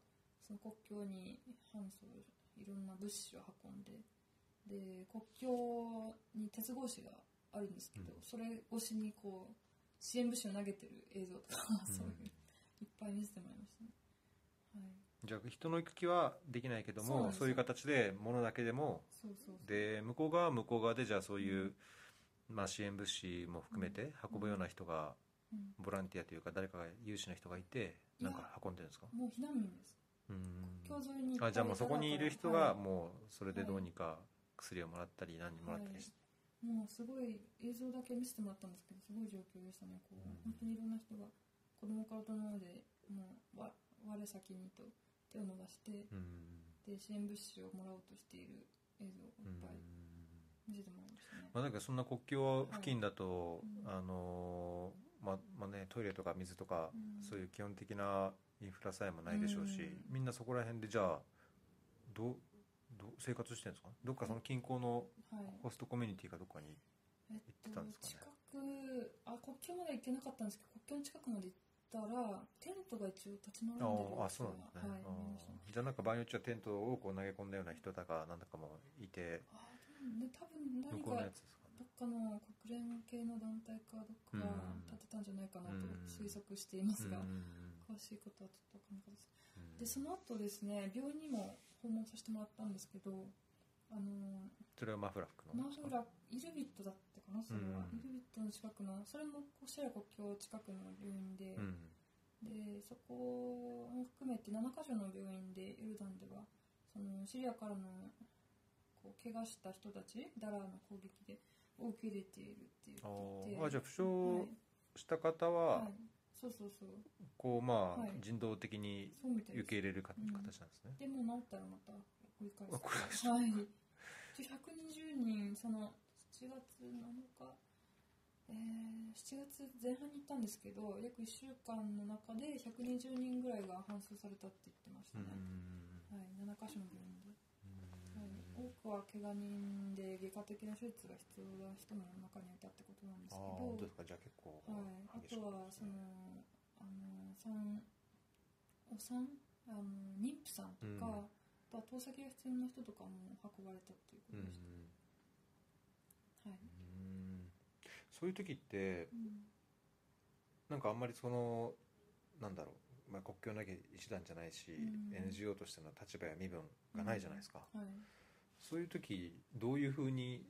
[SPEAKER 2] その国境に搬送いろんな物資を運んでで国境に鉄格子があるんですけど、
[SPEAKER 1] うん
[SPEAKER 2] それ越しにこう支援物資を投げてる映像とか、
[SPEAKER 1] うん
[SPEAKER 2] そういういっぱい見せてもらいましたね、はい、
[SPEAKER 1] じゃあ人の行く気はできないけど
[SPEAKER 2] そうなん
[SPEAKER 1] も
[SPEAKER 2] ですよ
[SPEAKER 1] そういう形で物だけでも
[SPEAKER 2] そうそうそう
[SPEAKER 1] で向こう側は向こう側でじゃあそういう、まあ、支援物資も含めて運ぶような人が
[SPEAKER 2] うん
[SPEAKER 1] ボランティアというか誰かが有志の人がいて
[SPEAKER 2] いや
[SPEAKER 1] なんか運んでるんですか
[SPEAKER 2] もう避難民です
[SPEAKER 1] うん
[SPEAKER 2] 国境沿いにいっぱい
[SPEAKER 1] あじゃあもうそこにいる人
[SPEAKER 2] は
[SPEAKER 1] が
[SPEAKER 2] い
[SPEAKER 1] もうそれでどうにか薬をもらったり何もらったりして、
[SPEAKER 2] もうすごい映像だけ見せてもらったんですけどすごい状況でしたねこう、
[SPEAKER 1] うん
[SPEAKER 2] 本当にいろんな人が子供から大人までもうわ我先にと手を伸ばして
[SPEAKER 1] うん
[SPEAKER 2] で支援物資をもらおうとしている映像を
[SPEAKER 1] う
[SPEAKER 2] い
[SPEAKER 1] ん
[SPEAKER 2] っぱい見せてもらいましたね、
[SPEAKER 1] まあ、なんかそんな国境付近だと、
[SPEAKER 2] は
[SPEAKER 1] あのーままあね、トイレとか水とか、
[SPEAKER 2] うん
[SPEAKER 1] そういう基本的なインフラさえもないでしょうし、
[SPEAKER 2] うん
[SPEAKER 1] みんなそこら辺でじゃあどうどう生活してるんですかどっかその近郊の
[SPEAKER 2] はい
[SPEAKER 1] ホストコミュニティかどっかに
[SPEAKER 2] えっ
[SPEAKER 1] 行ってたんですかね
[SPEAKER 2] 近くあ国境までは行けなかったんですけど国境の近くまで行ったらテントが一応立ち並んでる
[SPEAKER 1] あ
[SPEAKER 2] やつが
[SPEAKER 1] あそうなんですね、
[SPEAKER 2] はい
[SPEAKER 1] あ
[SPEAKER 2] 見えましたね
[SPEAKER 1] ーじゃあなんか場合によっちゃテントをこう投げ込んだような人だかなんだかもいて
[SPEAKER 2] あでもね多分
[SPEAKER 1] 向
[SPEAKER 2] 何
[SPEAKER 1] こうのや
[SPEAKER 2] か
[SPEAKER 1] つですかね
[SPEAKER 2] どっかの国連系の団体かどっかが立てたんじゃないかな
[SPEAKER 1] う
[SPEAKER 2] と
[SPEAKER 1] ん
[SPEAKER 2] 推測しています
[SPEAKER 1] う
[SPEAKER 2] が、
[SPEAKER 1] んうん
[SPEAKER 2] 詳しいことはちょっと分かんなかったで
[SPEAKER 1] う
[SPEAKER 2] す
[SPEAKER 1] ん
[SPEAKER 2] でその後ですね病院にも訪問させてもらったんですけどあの
[SPEAKER 1] それはマフラックの
[SPEAKER 2] マフライルビットだったかなそれは、
[SPEAKER 1] うん
[SPEAKER 2] イルビットの近くのそれもこうシェア国境近くの病院で、
[SPEAKER 1] うん
[SPEAKER 2] でそこも含めて7か所の病院でヨルダンではそのシリアからのこう怪我した人たちダラーの攻撃でを受け入れているっていう
[SPEAKER 1] あ
[SPEAKER 2] ことで
[SPEAKER 1] ーあじゃあ負
[SPEAKER 2] はい
[SPEAKER 1] 傷した方は、
[SPEAKER 2] はいそうそうそう
[SPEAKER 1] こうまあ
[SPEAKER 2] はい
[SPEAKER 1] 人道的に
[SPEAKER 2] そうみた
[SPEAKER 1] 受
[SPEAKER 2] いです
[SPEAKER 1] け入れるか
[SPEAKER 2] うん
[SPEAKER 1] 形なんですね、
[SPEAKER 2] でも治ったらまた追い返
[SPEAKER 1] あ
[SPEAKER 2] す
[SPEAKER 1] これは知ら
[SPEAKER 2] は
[SPEAKER 1] ない
[SPEAKER 2] い、一応120人、その7月7日、えー、7月前半に行ったんですけど、約1週間の中で120人ぐらいが搬送されたって言ってまし
[SPEAKER 1] う
[SPEAKER 2] た
[SPEAKER 1] ん
[SPEAKER 2] ね、はい、7箇所の病院で、
[SPEAKER 1] うん
[SPEAKER 2] はい、多くは怪我人で外科的な手術が必要な人も中にいたってことなんです
[SPEAKER 1] ああ
[SPEAKER 2] け
[SPEAKER 1] 本当
[SPEAKER 2] ど
[SPEAKER 1] で、すかじゃあ結構
[SPEAKER 2] はい、あ
[SPEAKER 1] 激し
[SPEAKER 2] と
[SPEAKER 1] かった
[SPEAKER 2] は
[SPEAKER 1] です
[SPEAKER 2] そ
[SPEAKER 1] ね
[SPEAKER 2] のあの産お産あの妊婦さんと
[SPEAKER 1] うん
[SPEAKER 2] か、あとは透析が必要な人とかも運ばれたっていう
[SPEAKER 1] うん
[SPEAKER 2] ことでした、
[SPEAKER 1] う
[SPEAKER 2] はい、
[SPEAKER 1] んそういう時って
[SPEAKER 2] うん
[SPEAKER 1] なんかあんまりそのなんだろう、まあ、国境なき一団じゃないし、
[SPEAKER 2] うん
[SPEAKER 1] NGO としての立場や身分がないじゃないですか、
[SPEAKER 2] はい、
[SPEAKER 1] そういう時どういうふうに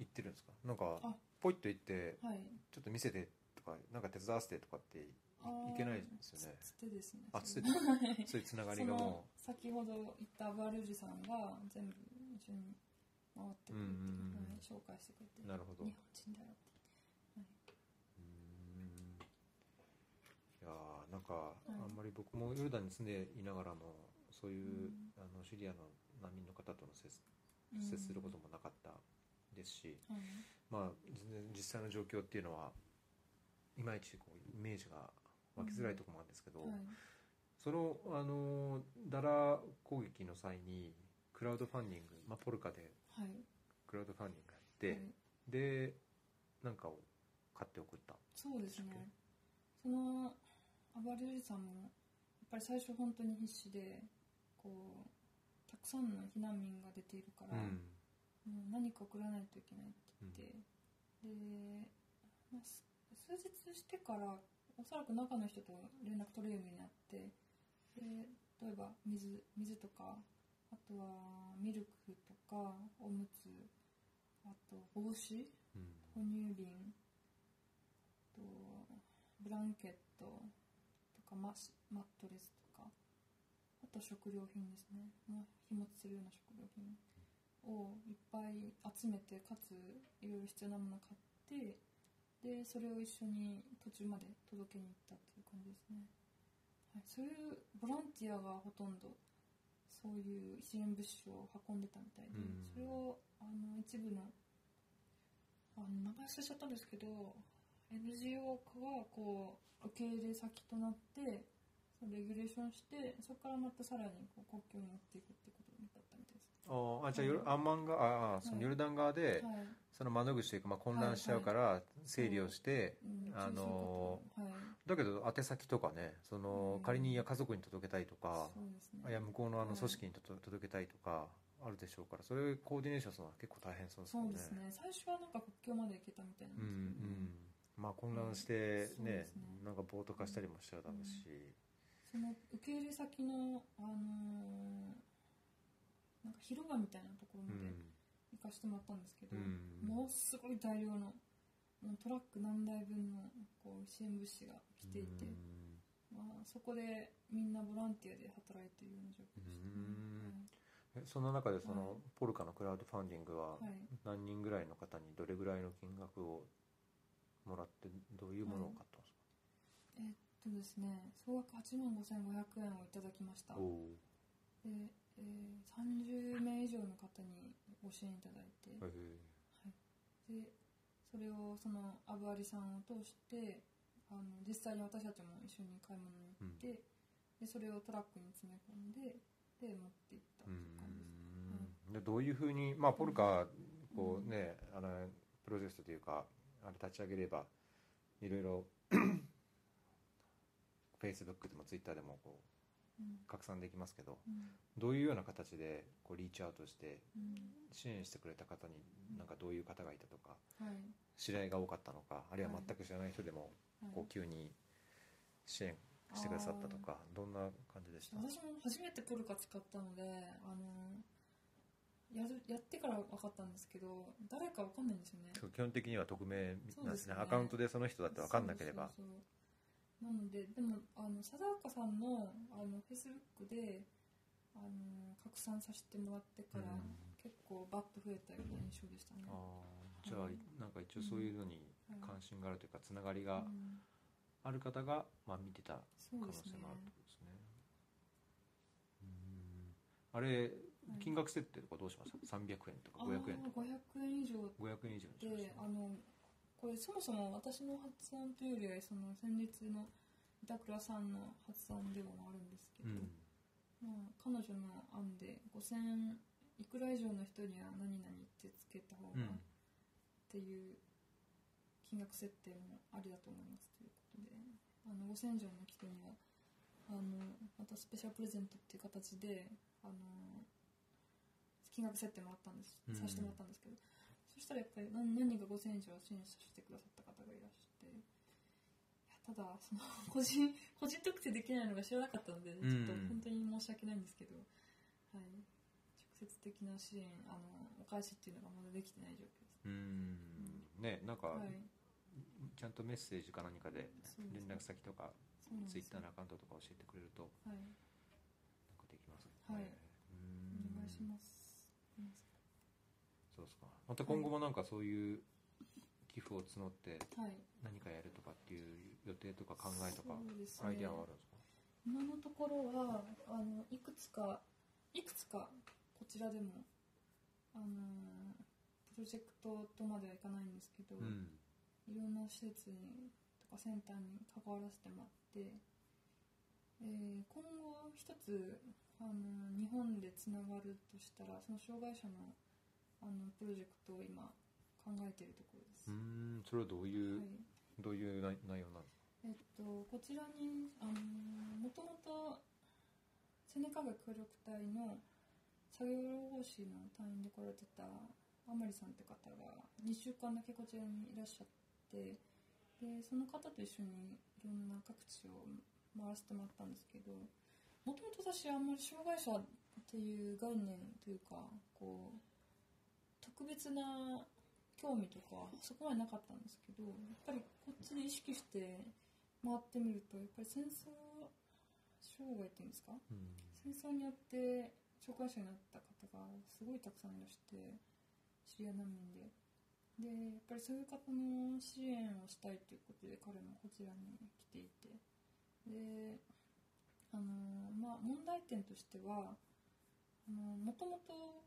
[SPEAKER 1] 言ってるんですかなんか
[SPEAKER 2] あ
[SPEAKER 1] ポイッと言って
[SPEAKER 2] はい、
[SPEAKER 1] ちょっと見せてとかなんか手伝わせてとかってい
[SPEAKER 2] あー
[SPEAKER 1] いけないですよね
[SPEAKER 2] つつてですね
[SPEAKER 1] あつて
[SPEAKER 2] それ はい
[SPEAKER 1] そういうつながり
[SPEAKER 2] そ
[SPEAKER 1] が
[SPEAKER 2] の
[SPEAKER 1] も
[SPEAKER 2] 先ほど言ったバルージさんが全部一緒に回って
[SPEAKER 1] うん
[SPEAKER 2] くれて、
[SPEAKER 1] うんうん
[SPEAKER 2] はい、紹介してくれて
[SPEAKER 1] うなるほど
[SPEAKER 2] 日本人だよって
[SPEAKER 1] うーんいやーなんか
[SPEAKER 2] い
[SPEAKER 1] あんまり僕もヨルダンに住んでいながらもそういう、
[SPEAKER 2] うん
[SPEAKER 1] あのシリアの難民の方との接す
[SPEAKER 2] うん
[SPEAKER 1] 接することもなかったですし、
[SPEAKER 2] はい
[SPEAKER 1] まあ全然実際の状況っていうのはいまいちこうイメージが湧きづらいところもあるんですけど、
[SPEAKER 2] はい
[SPEAKER 1] そのあのダラ攻撃の際にクラウドファンディング、まあ、ポルカで
[SPEAKER 2] はい
[SPEAKER 1] クラウドファンディングやって、
[SPEAKER 2] はい
[SPEAKER 1] でなんかを買って送った
[SPEAKER 2] そうですねそのアバルージさんもやっぱり最初本当に必死でこうたくさんの避難民が出ているから、もう何か送らないといけないって言って、で、まあ、す数日してからおそらく中の人と連絡取れるようになってで例えば水水とかあとはミルクとかおむつあと帽子
[SPEAKER 1] うん
[SPEAKER 2] 哺乳瓶あとブランケットとかマスマットレスとかあと食料品ですね、まあ、日持ちするような食料品をいっぱい集めてかついろいろ必要なものを買ってでそれを一緒に途中まで届けに行ったっていう感じですね、はい、そういうボランティアがほとんどそういう支援物資を運んでたみたいで、
[SPEAKER 1] うん
[SPEAKER 2] それをあの一部のあの名前忘れちゃったんですけど NGO がこう受け入れ先となってそのレギュレーションしてそこからまたさらにこう国境に持っていくってこと
[SPEAKER 1] あーあ
[SPEAKER 2] だったみたいです
[SPEAKER 1] じゃあヨルアンマンがああそのヨルダン側で
[SPEAKER 2] はい、
[SPEAKER 1] その窓口というか、まあ、混乱しちゃうから整理をして、
[SPEAKER 2] うん
[SPEAKER 1] あの
[SPEAKER 2] そういう
[SPEAKER 1] だけど宛先とかねその
[SPEAKER 2] うん
[SPEAKER 1] 仮に家族に届けたいとか
[SPEAKER 2] ことはい、、そうですね
[SPEAKER 1] いや向こうのあ
[SPEAKER 2] は
[SPEAKER 1] の
[SPEAKER 2] い
[SPEAKER 1] 組織にとと届けたいとかあるでしょうからそれをコーディネーションするのは結構大変そうですよ
[SPEAKER 2] そうですね最初はなんか国境まで行けたみたいなん
[SPEAKER 1] うん
[SPEAKER 2] ですけど、
[SPEAKER 1] うんまあ混乱して
[SPEAKER 2] うんそう
[SPEAKER 1] ね
[SPEAKER 2] ですね
[SPEAKER 1] なんか暴徒化したりもしちゃうだろうし、
[SPEAKER 2] その受け入れ先の、あのーなんか広場みたいなところ
[SPEAKER 1] う
[SPEAKER 2] ま
[SPEAKER 1] ん
[SPEAKER 2] で行かしてもらったんですけど、
[SPEAKER 1] うん
[SPEAKER 2] ものすごい大量のもうトラック何台分のこう支援物資が来ていて、
[SPEAKER 1] うん
[SPEAKER 2] まあ、そこでみんなボランティアで働いているような状況でし
[SPEAKER 1] う
[SPEAKER 2] たね
[SPEAKER 1] んえそんな中でその、
[SPEAKER 2] はい
[SPEAKER 1] ポルカのクラウドファンディングは
[SPEAKER 2] はいはい
[SPEAKER 1] 何人ぐらいの方にどれぐらいの金額をもらってどういうものを買ったんです
[SPEAKER 2] そうですね総額8万5500円をいただきました
[SPEAKER 1] か、お
[SPEAKER 2] で、えー30名以上の方にご支援いただいて、
[SPEAKER 1] ーへ
[SPEAKER 2] でそれをそのアブアリさんを通してあの実際に私たちも一緒に買い物に行って、でそれをトラックに詰め込んでで持っていったっ
[SPEAKER 1] ーう
[SPEAKER 2] ていう感じです、
[SPEAKER 1] んでどういうふうに、まあ、ポルカこうね、あのプロジェクトというかあれ立ち上げればいろいろ Facebook でも Twitter でもこ
[SPEAKER 2] うん
[SPEAKER 1] う拡散できますけど
[SPEAKER 2] うん
[SPEAKER 1] どういうような形でこうリーチアウトして
[SPEAKER 2] うん
[SPEAKER 1] 支援してくれた方になんかどういう方がいたとか
[SPEAKER 2] はい
[SPEAKER 1] 知り合いが多かったのかあるいは
[SPEAKER 2] はい
[SPEAKER 1] 全く知らない人でも
[SPEAKER 2] はい
[SPEAKER 1] こう急に支援してくださったとかどんな感じでした
[SPEAKER 2] 私も初めてポルカ使ったのであのやるやってから分かったんですけど誰か分かんないんですよね
[SPEAKER 1] そう基本的には匿名なんですね
[SPEAKER 2] そうですね
[SPEAKER 1] アカウントでその人だって分かんなければ
[SPEAKER 2] そうそうそうなのででもあの貞岡さんのあのフェイスブックであの拡散させてもらってから、
[SPEAKER 1] うん
[SPEAKER 2] 結構バッと増えたような印象でしたね、
[SPEAKER 1] あ
[SPEAKER 2] は
[SPEAKER 1] ーじゃあいなんか一応そういうのに
[SPEAKER 2] い
[SPEAKER 1] 関心があるというかつながりが
[SPEAKER 2] うん
[SPEAKER 1] あある方が、まあ、見てた
[SPEAKER 2] そう
[SPEAKER 1] 可能
[SPEAKER 2] です
[SPEAKER 1] 性
[SPEAKER 2] ね
[SPEAKER 1] もあるってことですねうんあれ金額設定とかどうしました300円とか500円とか
[SPEAKER 2] あー500円以上
[SPEAKER 1] 500円以上にしま
[SPEAKER 2] で
[SPEAKER 1] した
[SPEAKER 2] あのこれそもそも私の発案というよりはその先日の板倉さんの発案でもあるんですけ
[SPEAKER 1] うん
[SPEAKER 2] ど、まあ、彼女の案で5000いくら以上の人には何々ってつけた方
[SPEAKER 1] う
[SPEAKER 2] がっ
[SPEAKER 1] ん
[SPEAKER 2] ていう金額設定もありだと思いますということであの5000以上の人にはあのまたスペシャルプレゼントっていう形であの金額設定もらったんです、
[SPEAKER 1] うん
[SPEAKER 2] させてもらったんですけどそしたらやっぱり何何人か5000以上支援してくださった方がいらっしゃっていやただその 個人個人特定できないのが知らなかったので、
[SPEAKER 1] うん
[SPEAKER 2] ちょっと本当に申し訳ないんですけど、はい、直接的な支援あのお返しっていうのがまだできてない状況です。
[SPEAKER 1] うんねなんか、
[SPEAKER 2] はい、
[SPEAKER 1] ちゃんとメッセージか何かで
[SPEAKER 2] そうです
[SPEAKER 1] 連絡先とか
[SPEAKER 2] そうなんです
[SPEAKER 1] ツイッターの
[SPEAKER 2] よ
[SPEAKER 1] アカウントとか教えてくれると
[SPEAKER 2] は
[SPEAKER 1] な
[SPEAKER 2] い、
[SPEAKER 1] んかできますね
[SPEAKER 2] はい
[SPEAKER 1] うん
[SPEAKER 2] お願いします。
[SPEAKER 1] そうですかまた今後もなんかそういう寄付を募って
[SPEAKER 2] はい、
[SPEAKER 1] 何かやるとかっていう予定とか考えとか
[SPEAKER 2] そうです
[SPEAKER 1] アイ
[SPEAKER 2] ね
[SPEAKER 1] デアはあるんですか
[SPEAKER 2] 今のところはあのいくつかいくつかこちらでもあのプロジェクトとまではいかないんですけど、
[SPEAKER 1] うん
[SPEAKER 2] いろんな施設にとかセンターに関わらせてもらって、えー今後一つあの日本でつながるとしたらその障害者のあのプロジェクトを今考えているところです。
[SPEAKER 1] うーんそれはどういう、
[SPEAKER 2] はい
[SPEAKER 1] どういう内内容なんですか
[SPEAKER 2] えっと、こちらにあのもともとセネカが協力隊の作業療法士の隊員で来られてた甘利さんって方が2週間だけこちらにいらっしゃってでその方と一緒にいろんな各地を回らせてもらったんですけどもともと私あんまり障害者っていう概念というかこう特別な興味とかそこまでなかったんですけどやっぱりこっちで意識して回ってみるとやっぱり戦争障害っていうんですか戦争によって障害者になった方がすごいたくさんいらしてシリア難民ででやっぱりそういう方の支援をしたいということで彼もこちらに来ていてであのまあ問題点としてはあのもともと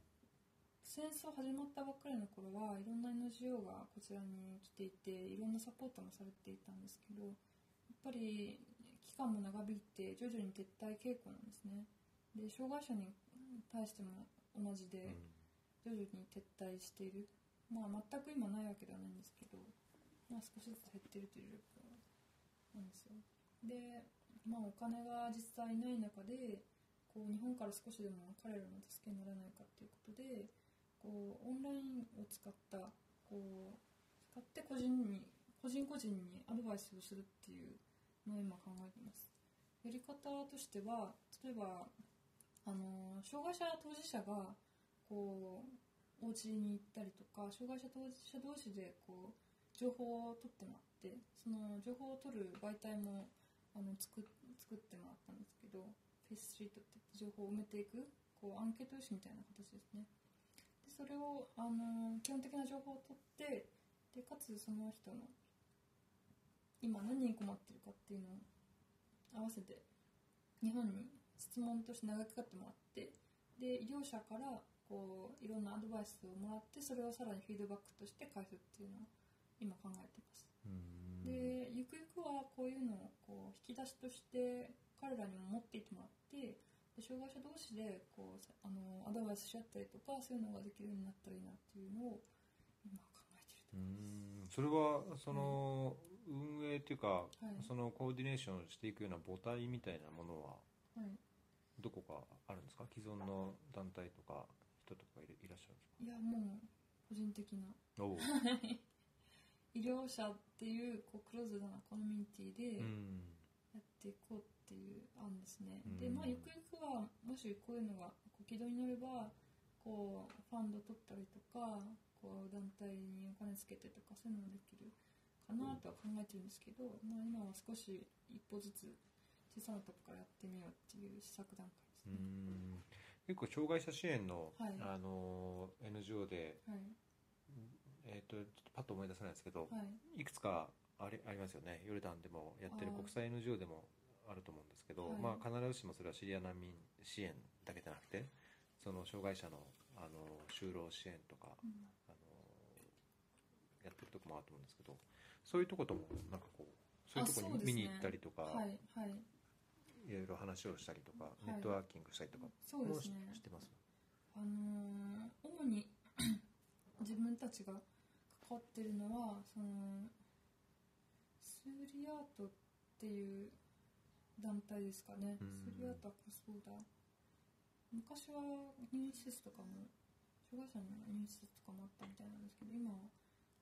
[SPEAKER 2] 戦争始まったばっかりの頃はいろんな NGO がこちらに来ていていろんなサポートもされていたんですけどやっぱり期間も長引いて徐々に撤退傾向なんですねで障害者に対しても同じで、徐々に撤退している、まあ、全く今ないわけではないんですけど、まあ、少しずつ減っているという状況なんですよで、まあ、お金が実際ない中でこう日本から少しでも彼らの助けにならないかということでこうオンラインを使ったこう使って個人に個人個人にアドバイスをするっていうのを今考えてますやり方としては例えばあの障害者当事者がこうお家に行ったりとか障害者当事者同士でこう情報を取ってもらってその情報を取る媒体もあの作っ作ってもらったんですけどフェイスシートって情報を埋めていくこうアンケート用紙みたいな形ですねでそれをあの基本的な情報を取ってでかつその人の今何に困ってるかっていうのを合わせて日本に質問として投げかかってもらってで医療者からこういろんなアドバイスをもらってそれをさらにフィードバックとして返すっていうのを今考えてます
[SPEAKER 1] うん
[SPEAKER 2] でゆくゆくはこういうのをこう引き出しとして彼らにも持っていってもらってで障害者同士でこうさあのアドバイスし合ったりとかそういうのができるようになったらいいなっていうのを今考えて
[SPEAKER 1] うん
[SPEAKER 2] る
[SPEAKER 1] それはその運営っていうか、
[SPEAKER 2] い
[SPEAKER 1] そのコーディネーションしていくような母体みたいなものは
[SPEAKER 2] とはい、
[SPEAKER 1] どこかあるんですか既存の団体とか人とかいるいらっしゃるんです
[SPEAKER 2] いやもう個人的な
[SPEAKER 1] かおう
[SPEAKER 2] 医療者っていうこうクローズドなコミュニティ
[SPEAKER 1] う
[SPEAKER 2] で、
[SPEAKER 1] ん
[SPEAKER 2] やっていこうっていう案ですね、
[SPEAKER 1] うん
[SPEAKER 2] でまあゆくゆくはもしこういうのがこう軌道に乗ればこうファンド取ったりとかこう団体にお金つけてとかそういうのもできるかなとは考えてるんですけど、まあ、今は少し一歩ずつ小さなとこからやってみようっていう試作段
[SPEAKER 1] う
[SPEAKER 2] 階ですね、
[SPEAKER 1] ん結構障害者支援の、
[SPEAKER 2] はい
[SPEAKER 1] あの NGO で、
[SPEAKER 2] はい
[SPEAKER 1] えー、とちょっとパッと思い出せないですけど、
[SPEAKER 2] はい
[SPEAKER 1] いくつかありありますよねヨルダンでもやってる
[SPEAKER 2] はい
[SPEAKER 1] 国際 NGO でもあると思うんですけど、
[SPEAKER 2] はい
[SPEAKER 1] まあ、必ずしもそれはシリア難民支援だけじゃなくてその障害者のあの就労支援とか
[SPEAKER 2] うん
[SPEAKER 1] あのやってるとこもあると思うんですけどそういうとこともなんかこうそういうとこ
[SPEAKER 2] あそう
[SPEAKER 1] に
[SPEAKER 2] です
[SPEAKER 1] 見
[SPEAKER 2] ね
[SPEAKER 1] に行ったりとか、
[SPEAKER 2] はいはい
[SPEAKER 1] い、ろいろ話をしたりとか、
[SPEAKER 2] い
[SPEAKER 1] ネットワーキングしたりとか
[SPEAKER 2] そう
[SPEAKER 1] も
[SPEAKER 2] で
[SPEAKER 1] し,、
[SPEAKER 2] すね
[SPEAKER 1] てます
[SPEAKER 2] あのー主に 自分たちが関わってるのはそのスーリアートっていう団体ですかね、
[SPEAKER 1] うん
[SPEAKER 2] スーリアートはコスボーダー昔は入院施設とかも障害者の入院施設とかもあったみたいなんですけど今は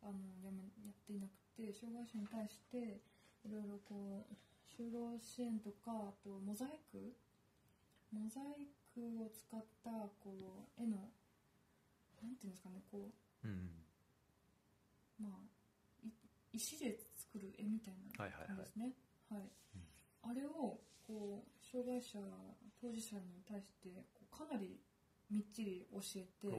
[SPEAKER 2] あのやめやっていなくて障害者に対していろいろこう就労支援とかあとモザイクモザイクを使ったこう絵のなんていうんですかねこ
[SPEAKER 1] うん
[SPEAKER 2] う、まあ、い石で作る絵みたいな
[SPEAKER 1] はいはい
[SPEAKER 2] 感
[SPEAKER 1] は
[SPEAKER 2] じ
[SPEAKER 1] い
[SPEAKER 2] ですね、はいあれをこう障害者当事者に対してこうかなりみっちり教えて
[SPEAKER 1] お
[SPEAKER 2] イ
[SPEAKER 1] お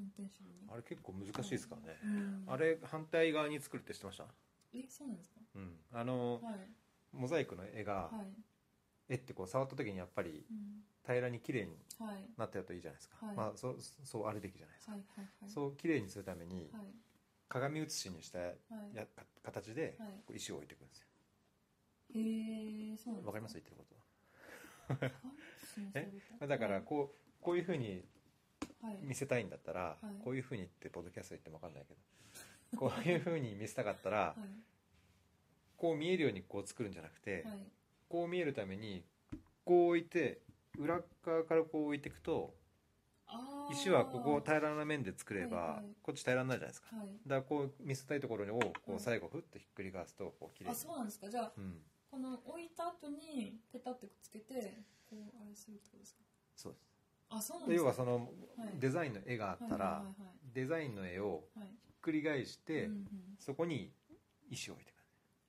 [SPEAKER 2] ンテンションに
[SPEAKER 1] ーあれ結構難しいですからね、
[SPEAKER 2] うん
[SPEAKER 1] あれ反対側に作るって知ってました
[SPEAKER 2] えそうなんですか
[SPEAKER 1] うんあの
[SPEAKER 2] はい
[SPEAKER 1] モザイクの絵が、
[SPEAKER 2] はい、
[SPEAKER 1] 絵ってこう触った時にやっぱり
[SPEAKER 2] うん、
[SPEAKER 1] 平らに綺麗に
[SPEAKER 2] はいはい
[SPEAKER 1] なってるといいじゃないですか、
[SPEAKER 2] はい
[SPEAKER 1] まあそそうあるべきじゃないですか、
[SPEAKER 2] はいはい
[SPEAKER 1] そう綺麗にするために
[SPEAKER 2] はい
[SPEAKER 1] 鏡写しにしたや
[SPEAKER 2] はい
[SPEAKER 1] か形で
[SPEAKER 2] はい
[SPEAKER 1] こう石を置いていくんですよ
[SPEAKER 2] へえそうなんです
[SPEAKER 1] わかります言ってること
[SPEAKER 2] わかりますねそれ
[SPEAKER 1] えまあだからこうこういうふうに
[SPEAKER 2] はい
[SPEAKER 1] 見せたいんだったら、
[SPEAKER 2] はい
[SPEAKER 1] こういうふうにってポッドキャスト言ってもわかんないけどこういうふうに見せたかったら、
[SPEAKER 2] はい
[SPEAKER 1] こう見えるようにこう作るんじゃなくて、
[SPEAKER 2] はい
[SPEAKER 1] こう見えるためにこう置いて裏側からこう置いていくと
[SPEAKER 2] あー
[SPEAKER 1] 石はここを平らな面で作れば、
[SPEAKER 2] はいはい
[SPEAKER 1] こっち平らになるじゃないですか、
[SPEAKER 2] はい
[SPEAKER 1] だからこう見せたいところをこ
[SPEAKER 2] は
[SPEAKER 1] う
[SPEAKER 2] い
[SPEAKER 1] 最後ふっとひっくり返すとこう綺麗
[SPEAKER 2] あ
[SPEAKER 1] に
[SPEAKER 2] そうなんですかじゃあ
[SPEAKER 1] うん
[SPEAKER 2] この置いた後にペタってくっつけてこうあれするってことですか
[SPEAKER 1] そうで
[SPEAKER 2] あそう
[SPEAKER 1] す
[SPEAKER 2] なん
[SPEAKER 1] で
[SPEAKER 2] で
[SPEAKER 1] 要
[SPEAKER 2] すか
[SPEAKER 1] はその
[SPEAKER 2] はい
[SPEAKER 1] デザインの絵があったら、
[SPEAKER 2] はいはい
[SPEAKER 1] デザインの絵を
[SPEAKER 2] はいはい
[SPEAKER 1] ひっくり返して、
[SPEAKER 2] うんうん
[SPEAKER 1] そこに石を置いてくる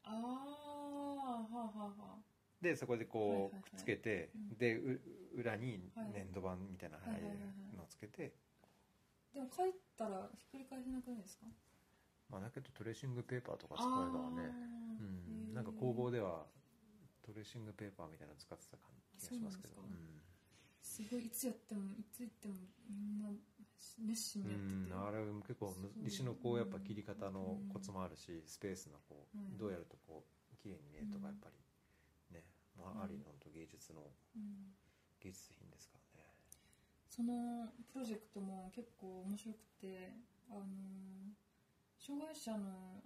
[SPEAKER 2] あーはあはあは
[SPEAKER 1] でそこでこ
[SPEAKER 2] はいうはいはい
[SPEAKER 1] くっつけて、
[SPEAKER 2] うん
[SPEAKER 1] でう裏に
[SPEAKER 2] はい
[SPEAKER 1] 粘土板みたいなああいうのをつけて、
[SPEAKER 2] あでも書いたらひっくり返せなくないですか
[SPEAKER 1] まあ、だけどトレーシングペーパーとか使え
[SPEAKER 2] あ
[SPEAKER 1] ばね、うん、
[SPEAKER 2] ーへー
[SPEAKER 1] なんか工房ではトレーシングペーパーみたいなの使ってた感じがしますけど
[SPEAKER 2] そうなんすごいいつやってもいつ行ってもみんな熱心にやってて
[SPEAKER 1] うん、あれ結構む
[SPEAKER 2] そ
[SPEAKER 1] 石
[SPEAKER 2] う
[SPEAKER 1] のこうやっぱ切り方のコツもあるしスペースのこ
[SPEAKER 2] うん
[SPEAKER 1] うどうやるとこう綺麗に見えるとかやっぱりね、まあ、あり
[SPEAKER 2] うん
[SPEAKER 1] のと芸術の
[SPEAKER 2] うん
[SPEAKER 1] 芸術品ですからね
[SPEAKER 2] そのプロジェクトも結構面白くて、あの障害者の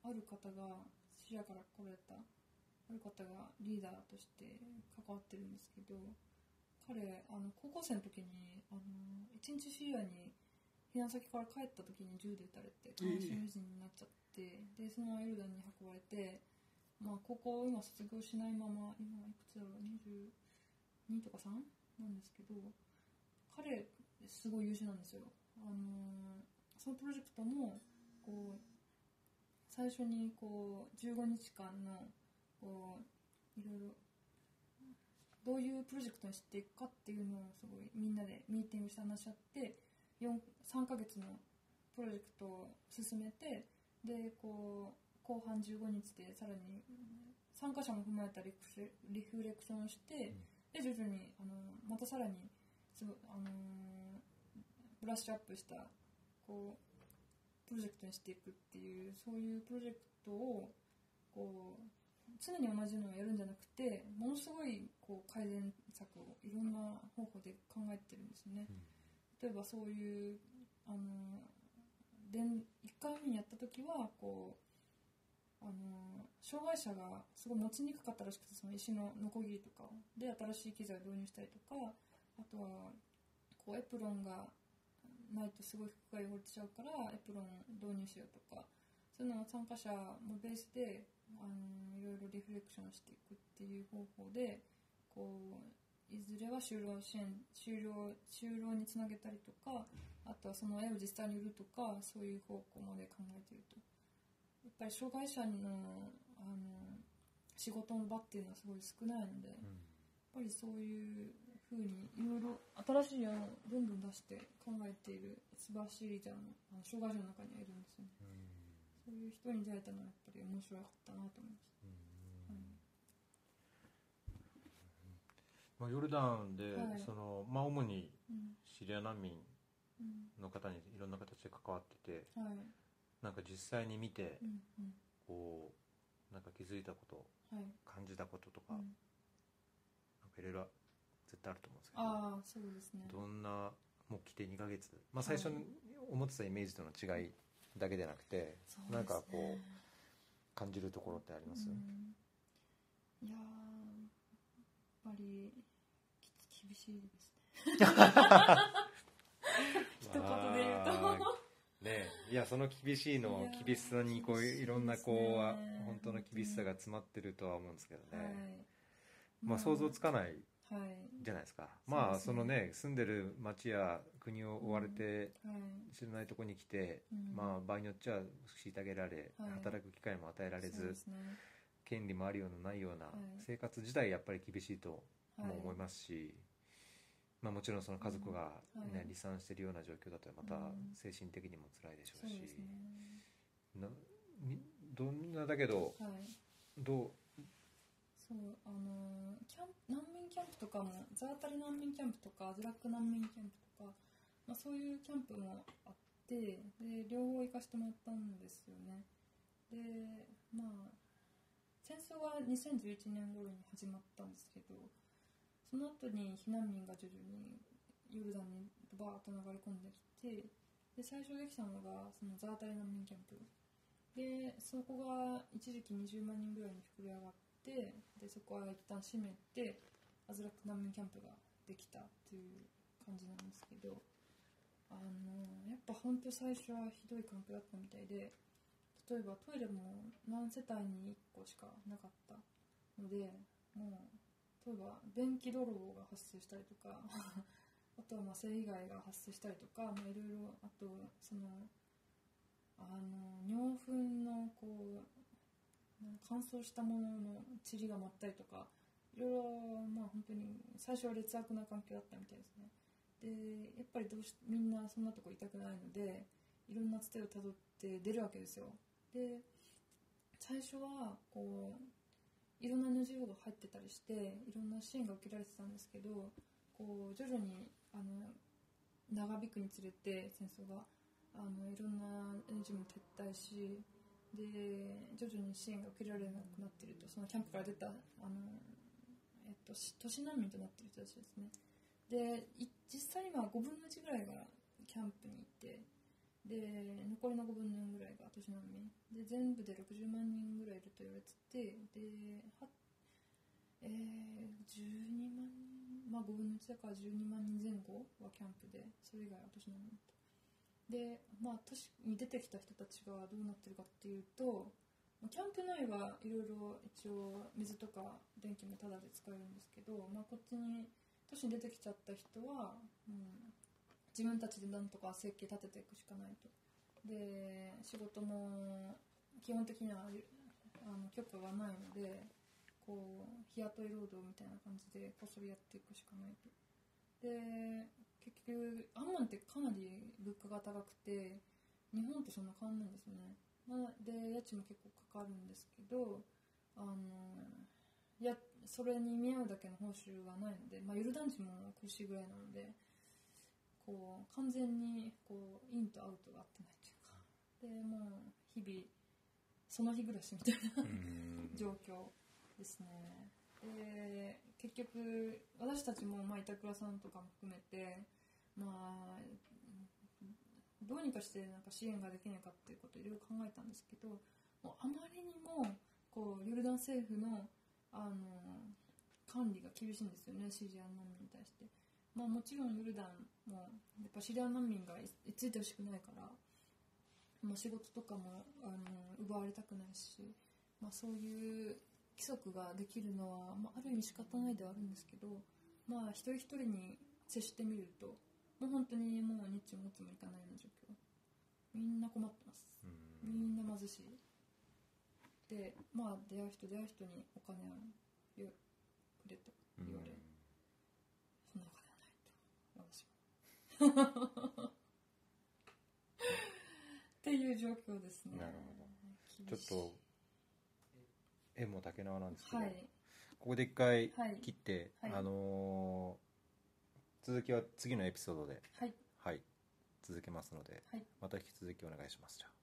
[SPEAKER 2] ある方が視野から来られたある方がリーダーとして関わってるんですけど彼あの高校生の時に、あの一日シリアに避難先から帰った時に銃で撃たれて
[SPEAKER 1] ええ
[SPEAKER 2] 監視無人になっちゃって、でそのエルダンに運ばれて、まあ、高校を今卒業しないまま今いくつだろう22とか 3? なんですけど彼すごい優秀なんですよ、あのそのプロジェクトもこう最初にこう15日間のこういろいろどういうプロジェクトにしていくかっていうのをすごいみんなでミーティングして話し合って3ヶ月のプロジェクトを進めてでこう後半15日でさらに参加者も踏まえたリフレリフレクションをしてで徐々にあのまたさらにすごいあのブラッシュアップしたこうプロジェクトにしていくっていうそういうプロジェクトをこう常に同じのをやるんじゃなくてものすごいこう改善策をいろんな方法で考えてるんですね。例えばそういうあのでん1回目にやった時はこうあの障害者がすごい持ちにくかったらしくてその石のノコギリとかをで新しい機材を導入したりとかあとはこうエプロンがないとすごい服が汚れてちゃうからエプロン導入しようとかそういうのを参加者もベースであのいろいろリフレクションしていくっていう方法でこういずれは就労支援就労就労につなげたりとかあとはその絵を実際に売るとかそういう方向まで考えてるとやっぱり障害者のあの仕事の場っていうのはすごい少ないので。
[SPEAKER 1] うんうん
[SPEAKER 2] やっぱりそういうふうにいろいろ新しい案をどんどん出して考えている素晴らしいリーダーのあの障害者の中にはいるんですよね。
[SPEAKER 1] うん
[SPEAKER 2] そそういう人に出会えたのはやっぱり面白かったなと思いまし
[SPEAKER 1] うん
[SPEAKER 2] うん
[SPEAKER 1] まあ、ヨルダンで、
[SPEAKER 2] はい
[SPEAKER 1] そのまあ、主に
[SPEAKER 2] た。うん
[SPEAKER 1] シリア難民
[SPEAKER 2] うん
[SPEAKER 1] の方にいろんな形で関わってて
[SPEAKER 2] はい。
[SPEAKER 1] なんか実際に見て
[SPEAKER 2] うんうん
[SPEAKER 1] こうなんか気づいたこと
[SPEAKER 2] はい。
[SPEAKER 1] 感じたこととか,、
[SPEAKER 2] う
[SPEAKER 1] なん
[SPEAKER 2] ん
[SPEAKER 1] かいろいろ絶対あると思うんですけど
[SPEAKER 2] ああそうですね。
[SPEAKER 1] どんなもう来て2ヶ月、まあ、最初に思ってたイメージとの違いだけでなくて、
[SPEAKER 2] そうですね
[SPEAKER 1] なんかこ感じるところってあります、
[SPEAKER 2] うんいやーやっぱりきつ厳しいですね。一言で言うと
[SPEAKER 1] まあねえいやその厳しい
[SPEAKER 2] い
[SPEAKER 1] の
[SPEAKER 2] やー
[SPEAKER 1] 厳しさにこう
[SPEAKER 2] 厳しいですね
[SPEAKER 1] いろんなこうは本当の厳しさが詰まってるとは思うんですけどね、
[SPEAKER 2] はい。
[SPEAKER 1] まあ想像つかない
[SPEAKER 2] はい
[SPEAKER 1] じゃないですか、
[SPEAKER 2] そうですね
[SPEAKER 1] まあそのね住んでる町や国を追われて
[SPEAKER 2] はい。
[SPEAKER 1] 知らないとこに来て、
[SPEAKER 2] うん
[SPEAKER 1] まあ場合によっちゃ虐げられ、
[SPEAKER 2] はい
[SPEAKER 1] 働く機会も与えられ
[SPEAKER 2] そう
[SPEAKER 1] ず
[SPEAKER 2] ですね
[SPEAKER 1] 権利もあるようなないような、
[SPEAKER 2] い
[SPEAKER 1] 生活自体やっぱり厳しいと
[SPEAKER 2] はい
[SPEAKER 1] も思いますし、まあ、もちろんその家族が、
[SPEAKER 2] うん
[SPEAKER 1] ね
[SPEAKER 2] はい
[SPEAKER 1] 離散してるような状況だとまた
[SPEAKER 2] うん
[SPEAKER 1] 精神的にも辛いでしょ
[SPEAKER 2] そうう
[SPEAKER 1] し、
[SPEAKER 2] ですね。
[SPEAKER 1] なみどんなだけど
[SPEAKER 2] はい。
[SPEAKER 1] ど
[SPEAKER 2] そうあのーキャン難民キャンプとかもザータリ難民キャンプとかアズラック難民キャンプとか、まあ、そういうキャンプもあってで両方行かせてもらったんですよねでまあ戦争は2011年頃に始まったんですけどその後に避難民が徐々にヨルダンにバーッと流れ込んできてで最初できたのがそのザータリ難民キャンプでそこが一時期20万人ぐらいに膨れ上がってでそこは一旦閉めてアズラック難民キャンプができたっていう感じなんですけどあのやっぱ本当最初はひどい環境だったみたいで例えばトイレも何世帯に1個しかなかったのでもう例えば電気泥棒が発生したりとか あとはまあ性被害が発生したりとかまあいろいろあとそのあの尿粉のこう乾燥したものの塵が舞ったりとかいろいろまあ本当に最初は劣悪な環境だったみたいですねでやっぱりどうしみんなそんなとこいたくないのでいろんなつてをたどって出るわけですよで最初はこういろんな NGO が入ってたりしていろんな支援が受けられてたんですけどこう徐々にあの長引くにつれて戦争があのいろんな NGO も撤退しで徐々に支援が受けられなくなっているとそのキャンプから出たあの、えっと、し都市難民となっている人たちですねでい実際今5分の1ぐらいがキャンプに行ってで残りの5分の4ぐらいが都市難民で全部で60万人ぐらいいると言われててでは、えー、12万人まあ5分の1だから12万人前後はキャンプでそれ以外は都市難民と。で、まあ、都市に出てきた人たちがどうなってるかっていうとまあキャンプ内はいろいろ一応水とか電気もタダで使えるんですけど、まあ、こっちに都市に出てきちゃった人は、うん、自分たちでなんとか生計立てていくしかないとで仕事も基本的にはあの許可がないのでこう日雇い労働みたいな感じでこっそりやっていくしかないとで結局アンマンってかなり物価が高くて日本とそんな変わんないんですよね、まあ、で家賃も結構かかるんですけどあのいやそれに見合うだけの報酬がないので、まあ、ヨルダン人も苦しいぐらいなのでこう完全にこうインとアウトが合ってないというかでもう日々その日暮らしみたいな
[SPEAKER 1] ううん
[SPEAKER 2] 状況ですねで結局私たちも、まあ、板倉さんとかも含めてまあどうにかしてなんか支援ができないかっていうことをいろいろ考えたんですけどもうあまりにもこうヨルダン政府のあの管理が厳しいんですよねシリア難民に対して、まあ、もちろんヨルダンもやっぱシリア難民がい居ついてほしくないから、まあ、仕事とかもあの奪われたくないしまあ、そういう規則ができるのは、まあ、ある意味仕方ないではあるんですけど、まあ、一人一人に接してみるともう本当にもう日中持つもいかないような状況みんな困ってます
[SPEAKER 1] うん
[SPEAKER 2] みんな貧しいでまあ出会う人出会う人にお金をよくれと言われ、そんなお金はないと私も っていう状況ですね
[SPEAKER 1] なるほどちょっと縁も竹縄なんですけど、
[SPEAKER 2] はい
[SPEAKER 1] ここで一回
[SPEAKER 2] はい
[SPEAKER 1] 切って、
[SPEAKER 2] はい
[SPEAKER 1] あのー続きは次のエピソードで、
[SPEAKER 2] はい
[SPEAKER 1] はい、続けますので、
[SPEAKER 2] はい
[SPEAKER 1] また引き続きお願いしますじゃあ